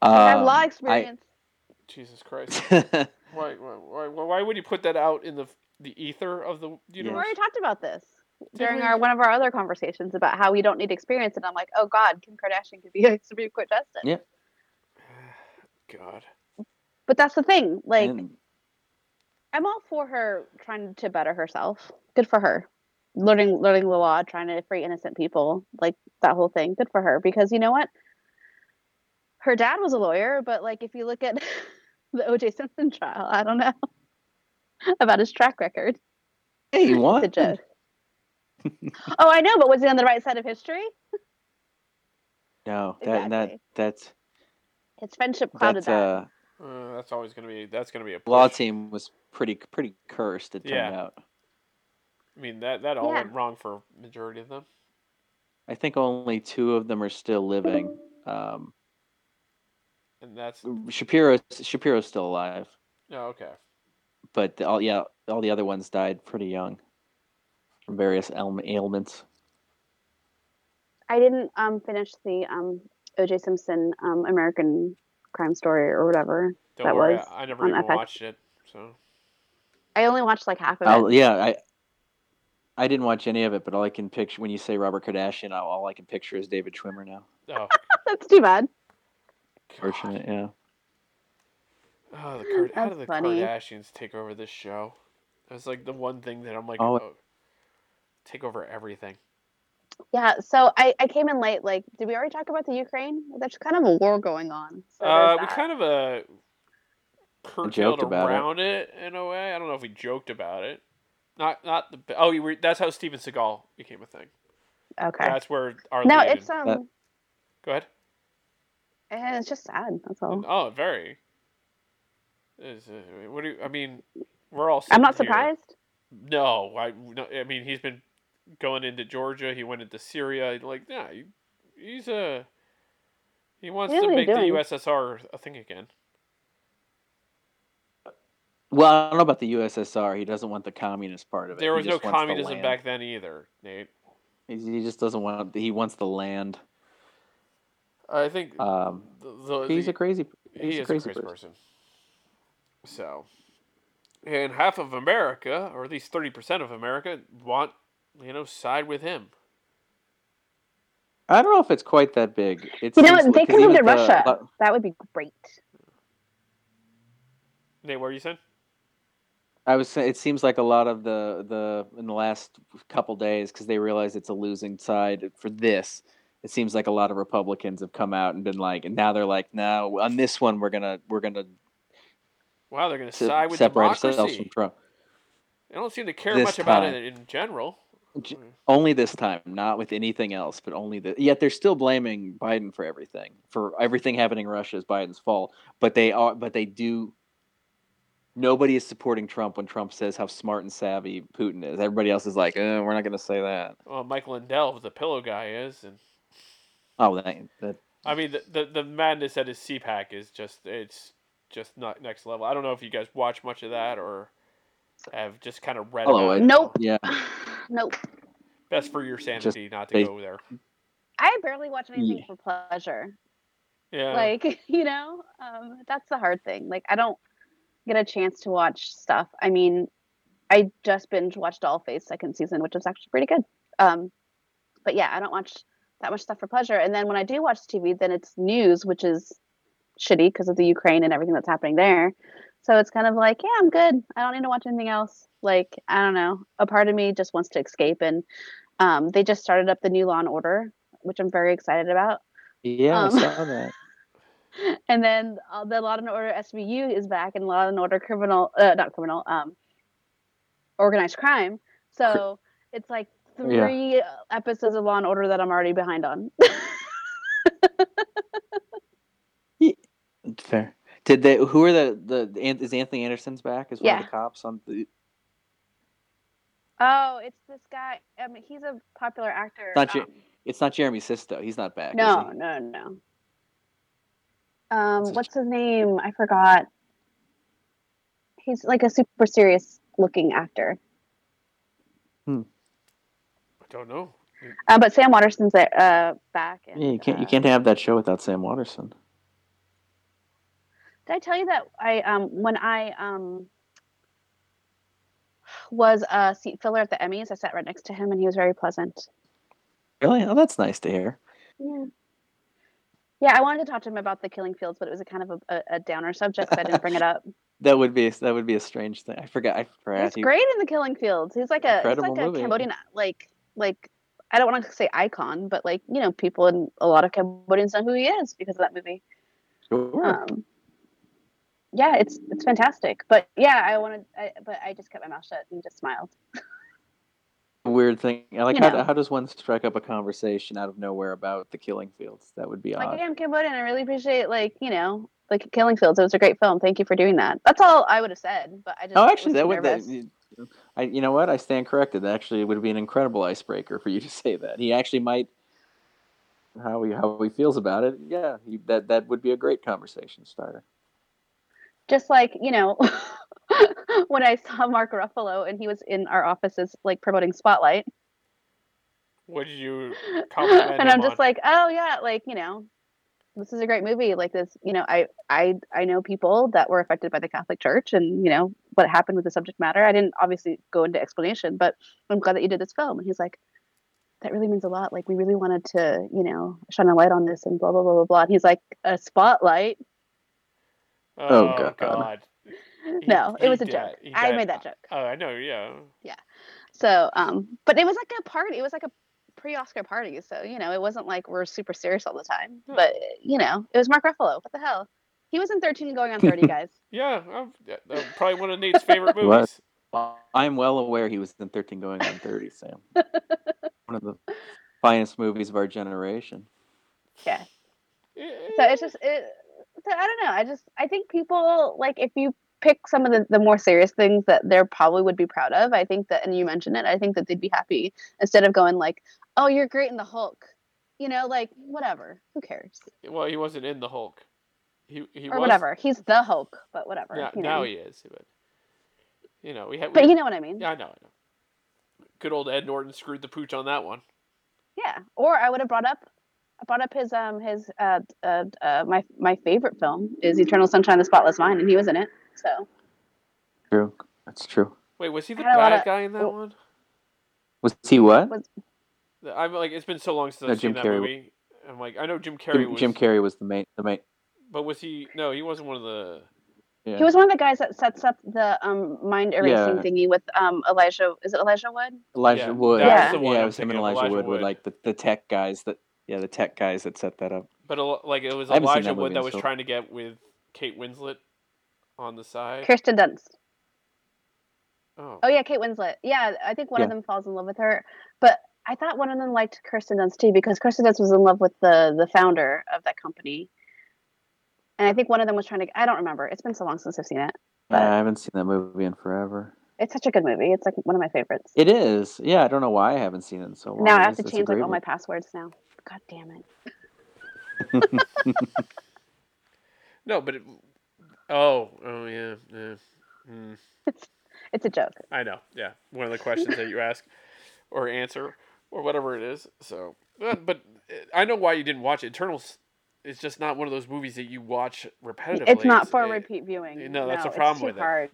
C: I have
B: Um,
C: law
B: I-
C: experience.
A: Jesus Christ. Why, why, why, why would you put that out in the the ether of the
C: We
A: universe?
C: already talked about this
A: Did
C: during
A: we?
C: our one of our other conversations about how we don't need experience, and I'm like, oh God, Kim Kardashian could be a Supreme Court justice.
B: Yeah.
A: God.
C: But that's the thing. Like,
B: And-
C: I'm all for her trying to better herself. Good for her. Learning learning the law, trying to free innocent people, like that whole thing. Good for her because you know what? Her dad was a lawyer, but like if you look at the O.J. Simpson trial, I don't know about his track record.
B: hey, what?
C: The judge. oh, I know, but was he on the right side of history?
B: No, that that
C: Exactly.
B: that's
C: His friendship clouded
B: that's
C: that.
B: uh,
A: Uh, that's always gonna be that's gonna be a push.
B: law team was pretty pretty cursed. It turned
A: Yeah.
B: out.
A: I mean that that all
C: Yeah.
A: went wrong for majority of them.
B: I think only two of them are still living. Um,
A: And that's
B: Shapiro Shapiro's still alive,
A: no okay.
B: but all yeah, all the other ones died pretty young from various ail- ailments.
C: I didn't um, finish the um, O.J. Simpson um, American Crime Story or whatever.
A: Don't
C: That
A: worry,
C: was
A: I, I never
C: on
A: even
C: FX.
A: watched it. So oh,
C: I only watched like half of it.
B: I'll, yeah, I I didn't watch any of it, but all I can picture when you say Robert Kardashian, all- all I can picture is David Schwimmer now.
A: oh,
C: That's too bad.
A: God.
B: Fortunate, yeah.
A: oh the Kard- how
C: That's
A: did the
C: funny.
A: Kardashians take over this show? That's like the one thing that I'm like
B: Oh.
A: oh, take over everything.
C: Yeah, so I, I came in late. Like, did we already talk about the Ukraine? There's kind of a war going on. So there's
A: Uh, we
C: that.
A: kind of uh, curtailed
B: joked about it.
A: around it. in a way. I don't know if we joked about it. Not not the oh you were, that's how Steven Seagal became a thing.
C: okay.
A: That's where our
C: no,
A: lead
C: it's
A: in-
C: um,
B: That-
A: go ahead.
C: eh, it's just sad. That's all.
A: Oh, very. Is, uh, what do you, I mean? We're all.
C: I'm not
A: sitting here.
C: surprised.
A: No, I no, I mean he's been going into Georgia. He went into Syria. Like, nah, he, he's a. He wants
C: Yeah,
A: to
C: what are
A: make
C: you
A: the
C: doing?
A: USSR a thing again.
B: Well, I don't know about the USSR. He doesn't want the communist part of it.
A: There
B: He
A: was no
B: just wants the
A: communism
B: land.
A: back then either, Nate.
B: He he just doesn't want. He wants the land.
A: I think
B: Um,
A: the, the,
B: he's
A: the-
B: a crazy.
A: he
B: He's
A: is
B: a crazy, person.
A: So, and half of America, or at least thirty percent of America, want you know side with him.
B: I don't know if it's quite that big. It's
C: You know what? They could move to Russia. That would be great.
A: Nate, what are you saying?
B: I was. saying It seems like a lot of the the in the last couple days because they realize it's a losing side for this. It seems like a lot of Republicans have come out and been like, and now they're like, no, on this one we're gonna we're gonna
A: Wow, they're going to
B: se-
A: side with
B: separate
A: democracy.
B: ourselves from Trump.
A: They don't seem to care
B: this
A: much about
B: time.
A: it in general.
B: J- Only this time, not with anything else, but only the. Yet they're still blaming Biden for everything. For everything happening in Russia is Biden's fault. But they are. But they do. Nobody is supporting Trump when Trump says how smart and savvy Putin is. Everybody else is like, eh, we're not going to say that.
A: Well, Mike Lindell, the pillow guy, is, and
B: Oh, that, that
A: I mean the the, the madness at his CPAC is just it's just not next level. I don't know if you guys watch much of that or have just kind of read. about
B: Hello, I-
A: it.
C: Nope.
B: yeah.
C: nope.
A: Best for your sanity not to
B: bas-
A: go there.
C: I barely watch anything for pleasure.
A: Yeah.
C: like you know um, that's the hard thing like i don't get a chance to watch stuff i mean i just binge watched dollface second season which was actually pretty good um, but yeah i don't watch that much stuff for pleasure and then when i do watch tv then it's news which is shitty because of the ukraine and everything that's happening there so it's kind of like yeah i'm good i don't need to watch anything else like i don't know a part of me just wants to escape and um, they just started up the new law and order which i'm very excited about
B: Yeah,
C: Um,
B: I saw that.
C: and then uh, the Law and Order SVU is back, and Law and Order criminal, uh, not criminal, um, organized crime. So it's like
B: Yeah.
C: three episodes of Law and Order that I'm already behind on.
B: Fair. Did they? Who are the the? the An- Is Anthony Anderson's back? Is one of
C: Yeah.
B: the cops on? The,
C: oh, it's this guy. Um, he's a popular actor.
B: Not you-
C: um,
B: it's not Jeremy Sisto. He's not back. is
C: No,
B: he?
C: no, no. Um,
B: It's a-
C: what's his name? I forgot. He's like a super serious looking actor.
A: I don't know.
C: Uh, but Sam Waterston's there, uh, back. And,
B: Yeah, you can't. You
C: uh,
B: can't have that show without Sam Waterson.
C: Did I tell you that I um when I um was a seat filler at the Emmys, I sat right next to him and he was very pleasant.
B: Really? Oh, that's nice to hear.
C: Yeah. Yeah, I wanted to talk to him about the Killing Fields, but it was a kind of a, a, a downer subject, so I didn't bring it up.
B: That would be that would be a strange thing. I forgot. I forgot.
C: He's great in the Killing Fields. He's like a he's like
B: Incredible
C: a
B: movie.
C: Cambodian like like I don't want to say icon, but like you know people in a lot of Cambodians know who he is because of that movie.
B: Sure.
C: Um, yeah, it's it's fantastic. But yeah, I wanted, I, but I just kept my mouth shut and just smiled.
B: Weird thing. I Like
C: you
B: how,
C: know.
B: how does one strike up a conversation out of nowhere about the Killing Fields? That would be
C: Like,
B: odd.
C: hey, I'm Cambodian. I really appreciate like you know like Killing Fields. It was a great film. Thank you for doing that. That's all I would have said. But I just
B: Oh, actually,
C: was
B: that
C: too
B: would. That,
C: nervous.
B: you- I, you know what? I stand corrected. That actually would be an incredible icebreaker for you to say that. He actually might. How he how he feels about it? Yeah, he, that that would be a great conversation starter.
C: just like you know when I saw Mark Ruffalo and he was in our offices like promoting Spotlight.
A: What did you compliment
C: and I'm
A: him
C: just
A: on?
C: like, oh yeah, like you know, this is a great movie. Like this, you know, I I I know people that were affected by the Catholic Church, and you know what happened with the subject matter. I didn't obviously go into explanation, but I'm glad that you did this film. And he's like, that really means a lot. Like we really wanted to, you know, shine a light on this and blah blah blah blah blah. And he's like, a spotlight.
A: Oh,
B: Oh, God.
A: God. He-
C: no, it
A: he
C: was a
A: di-
C: joke.
A: he
C: I
A: di-
C: made that joke.
A: Oh, I know. Yeah.
C: So, um, but it was like a party. It was like a pre-Oscar party. So you know, it wasn't like we're super serious all the time.
A: Yeah.
C: But you know, it was Mark Ruffalo. What the hell? He was in 13 and going on 30, guys.
A: Yeah. I'm, yeah, that was probably one of Nate's favorite
B: It was.
A: movies.
B: I'm well aware he was in 13 going on 30, Sam. One of the finest movies of our generation.
C: Yeah.
A: Eh,
C: So it's just it. So I don't know. I just I think people like if you pick some of the, the more serious things that they probably would be proud of. I think that, and you mentioned it. I think that they'd be happy instead of going like, "Oh, you're great in the Hulk," you know, like whatever. Who cares?
A: Well, he wasn't in the Hulk. He he
C: or
A: was.
C: whatever. He's the Hulk, but whatever.
A: Yeah,
C: you
A: now
C: know.
A: he is, but you know we had.
C: but
A: we-
C: you know what I mean.
A: yeah, I know, I know. Good old Ed Norton screwed the pooch on that one.
C: Yeah, or I would have brought up, I brought up his um his uh, uh uh my my favorite film is Eternal Sunshine of the Spotless Mind, and he was in it. So
B: True. That's true.
A: Wait, was he the
C: I had a lot
A: bad
C: of-
A: guy in that
C: well-
A: one?
B: Was he what?
C: Was-
A: The- I'm like, it's been so long since
B: No,
A: I've seen
B: Jim
A: that
B: Carrey.
A: movie. I'm like, I know Jim Carrey
B: Jim,
A: was,
B: Jim Carrey was the main. The main.
A: but was he? No, he wasn't one of the.
B: Yeah.
C: he was one of the guys that sets up the um mind erasing
B: Yeah.
C: thingy with um Elijah. Is it Elijah Wood?
B: Elijah
A: Yeah,
B: Wood.
C: that was
B: Yeah,
C: the
A: one
B: it
A: I'm
B: was him
A: thinking
B: and
A: of,
B: Elijah,
A: Elijah
B: Wood, were
A: Wood.
B: like the, the tech guys that yeah the tech guys that set that up.
A: But el- like, it was
B: I haven't seen
A: Elijah
B: that
A: Wood
B: movie
A: that
B: in
A: was
B: so-
A: trying to get with Kate Winslet on the side.
C: Kirsten Dunst.
A: Oh,
C: Oh yeah, Kate Winslet. Yeah, I think one of
B: Yeah.
C: them falls in love with her, but I thought one of them liked Kirsten Dunst too because Kirsten Dunst was in love with the the founder of that company, and I think one of them was trying to. I don't remember. It's been so long since I've seen it. But-
B: I haven't seen that movie in forever.
C: It's such a good movie. It's like one of my favorites.
B: It is. Yeah, I don't know why I haven't seen it in so long.
C: Now I
B: It
C: have
B: is-
C: to
B: it's a
C: change like
B: great
C: all my
B: movie.
C: passwords now. God damn it.
A: no, but it. Oh, oh yeah, yeah. Hmm.
C: It's a joke.
A: I know. Yeah, one of the questions that you ask, or answer, or whatever it is. So, but, but uh, I know why you didn't watch it. Eternals. It's just not one of those movies that you watch repetitively.
C: It's not for
A: it-
C: repeat viewing.
A: no, that's the
C: it's
A: problem
C: too
A: with it.
C: hard.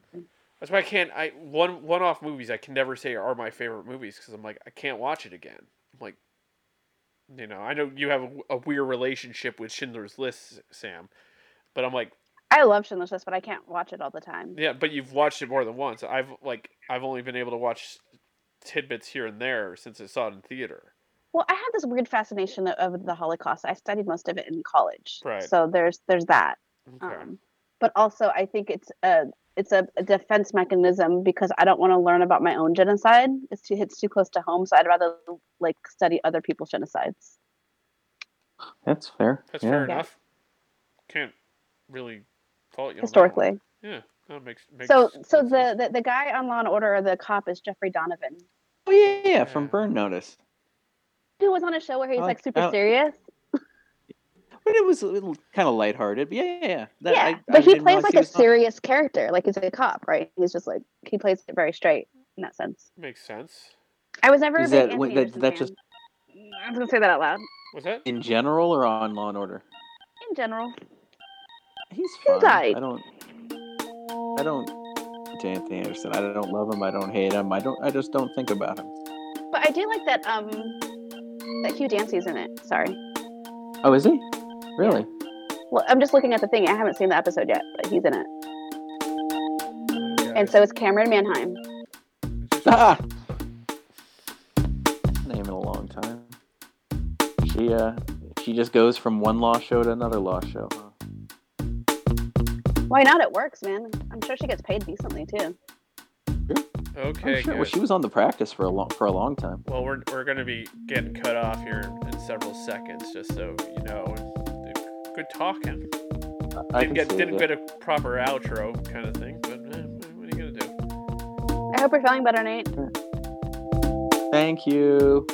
A: That's why I can't. I one one off movies I can never say are my favorite movies because I'm like I can't watch it again. I'm like, you know, I know you have a, a weird relationship with Schindler's List, Sam, but I'm like,
C: I love Schindler's List, but I can't watch it all the time.
A: Yeah, but you've watched it more than once. I've like I've only been able to watch tidbits here and there since I saw it in theater.
C: Well, I had this weird fascination of, of the Holocaust. I studied most of it in college,
A: Right.
C: so there's there's that.
A: Okay.
C: Um, but also, I think it's a it's a, a defense mechanism because I don't want to learn about my own genocide. It's too it's too close to home, so I'd rather like study other people's genocides.
B: That's fair.
A: That's
B: yeah.
A: fair
C: Yeah.
A: enough. Can't really fault you. on that one.
C: Historically,
A: Yeah, that makes, makes
C: so so
A: makes
C: the,
A: sense.
C: the the guy on Law and Order, the cop, is Jeffrey Donovan,
B: Oh yeah, yeah, from
A: Yeah.
B: Burn Notice.
C: who was on a show where he's
B: Oh,
C: like super
B: oh.
C: serious.
B: But it was a little kind of lighthearted. But yeah, yeah, yeah. That-
C: yeah,
B: I- I
C: but he
B: didn't
C: plays
B: realize
C: like
B: he
C: a
B: was on-
C: serious character, like he's a cop, right? He's just like he plays it very straight in that sense.
A: makes sense.
C: I was never
B: Is
C: a big
B: that-
C: Anthony
B: wait, that-
C: Anderson
B: that
C: fan.
B: just-
C: I was gonna say that out loud.
A: Was that?
B: in general or on Law and Order.
C: In general,
B: He's
C: He
B: fine.
C: died.
B: I don't. I don't. to Anthony Anderson. I don't love him. I don't hate him. I don't. I just don't think about him.
C: But I do like that um that Hugh Dancy's in it. Sorry.
B: Oh, is he? Really?
C: Well, I'm just looking at the thing. I haven't seen the episode yet, but he's in it.
A: Yeah,
C: And so it's Cameron Manheim.
B: Ah! Name in a long time. She uh, she just goes from one law show to another law show. Huh?
C: Why not? It works, man. I'm sure she gets paid decently too.
B: Oh,
A: okay.
B: shit. Well,
A: good.
B: she was on the practice for a long for a long time.
A: Well, we're, we're going to be getting cut off here in several seconds, just so you know. Good talking. didn't
B: I can
A: get
B: see
A: didn't
B: it.
A: get a proper outro kind of thing, but eh, what are you going to do?
C: I hope you're feeling better, Nate.
B: Thank you.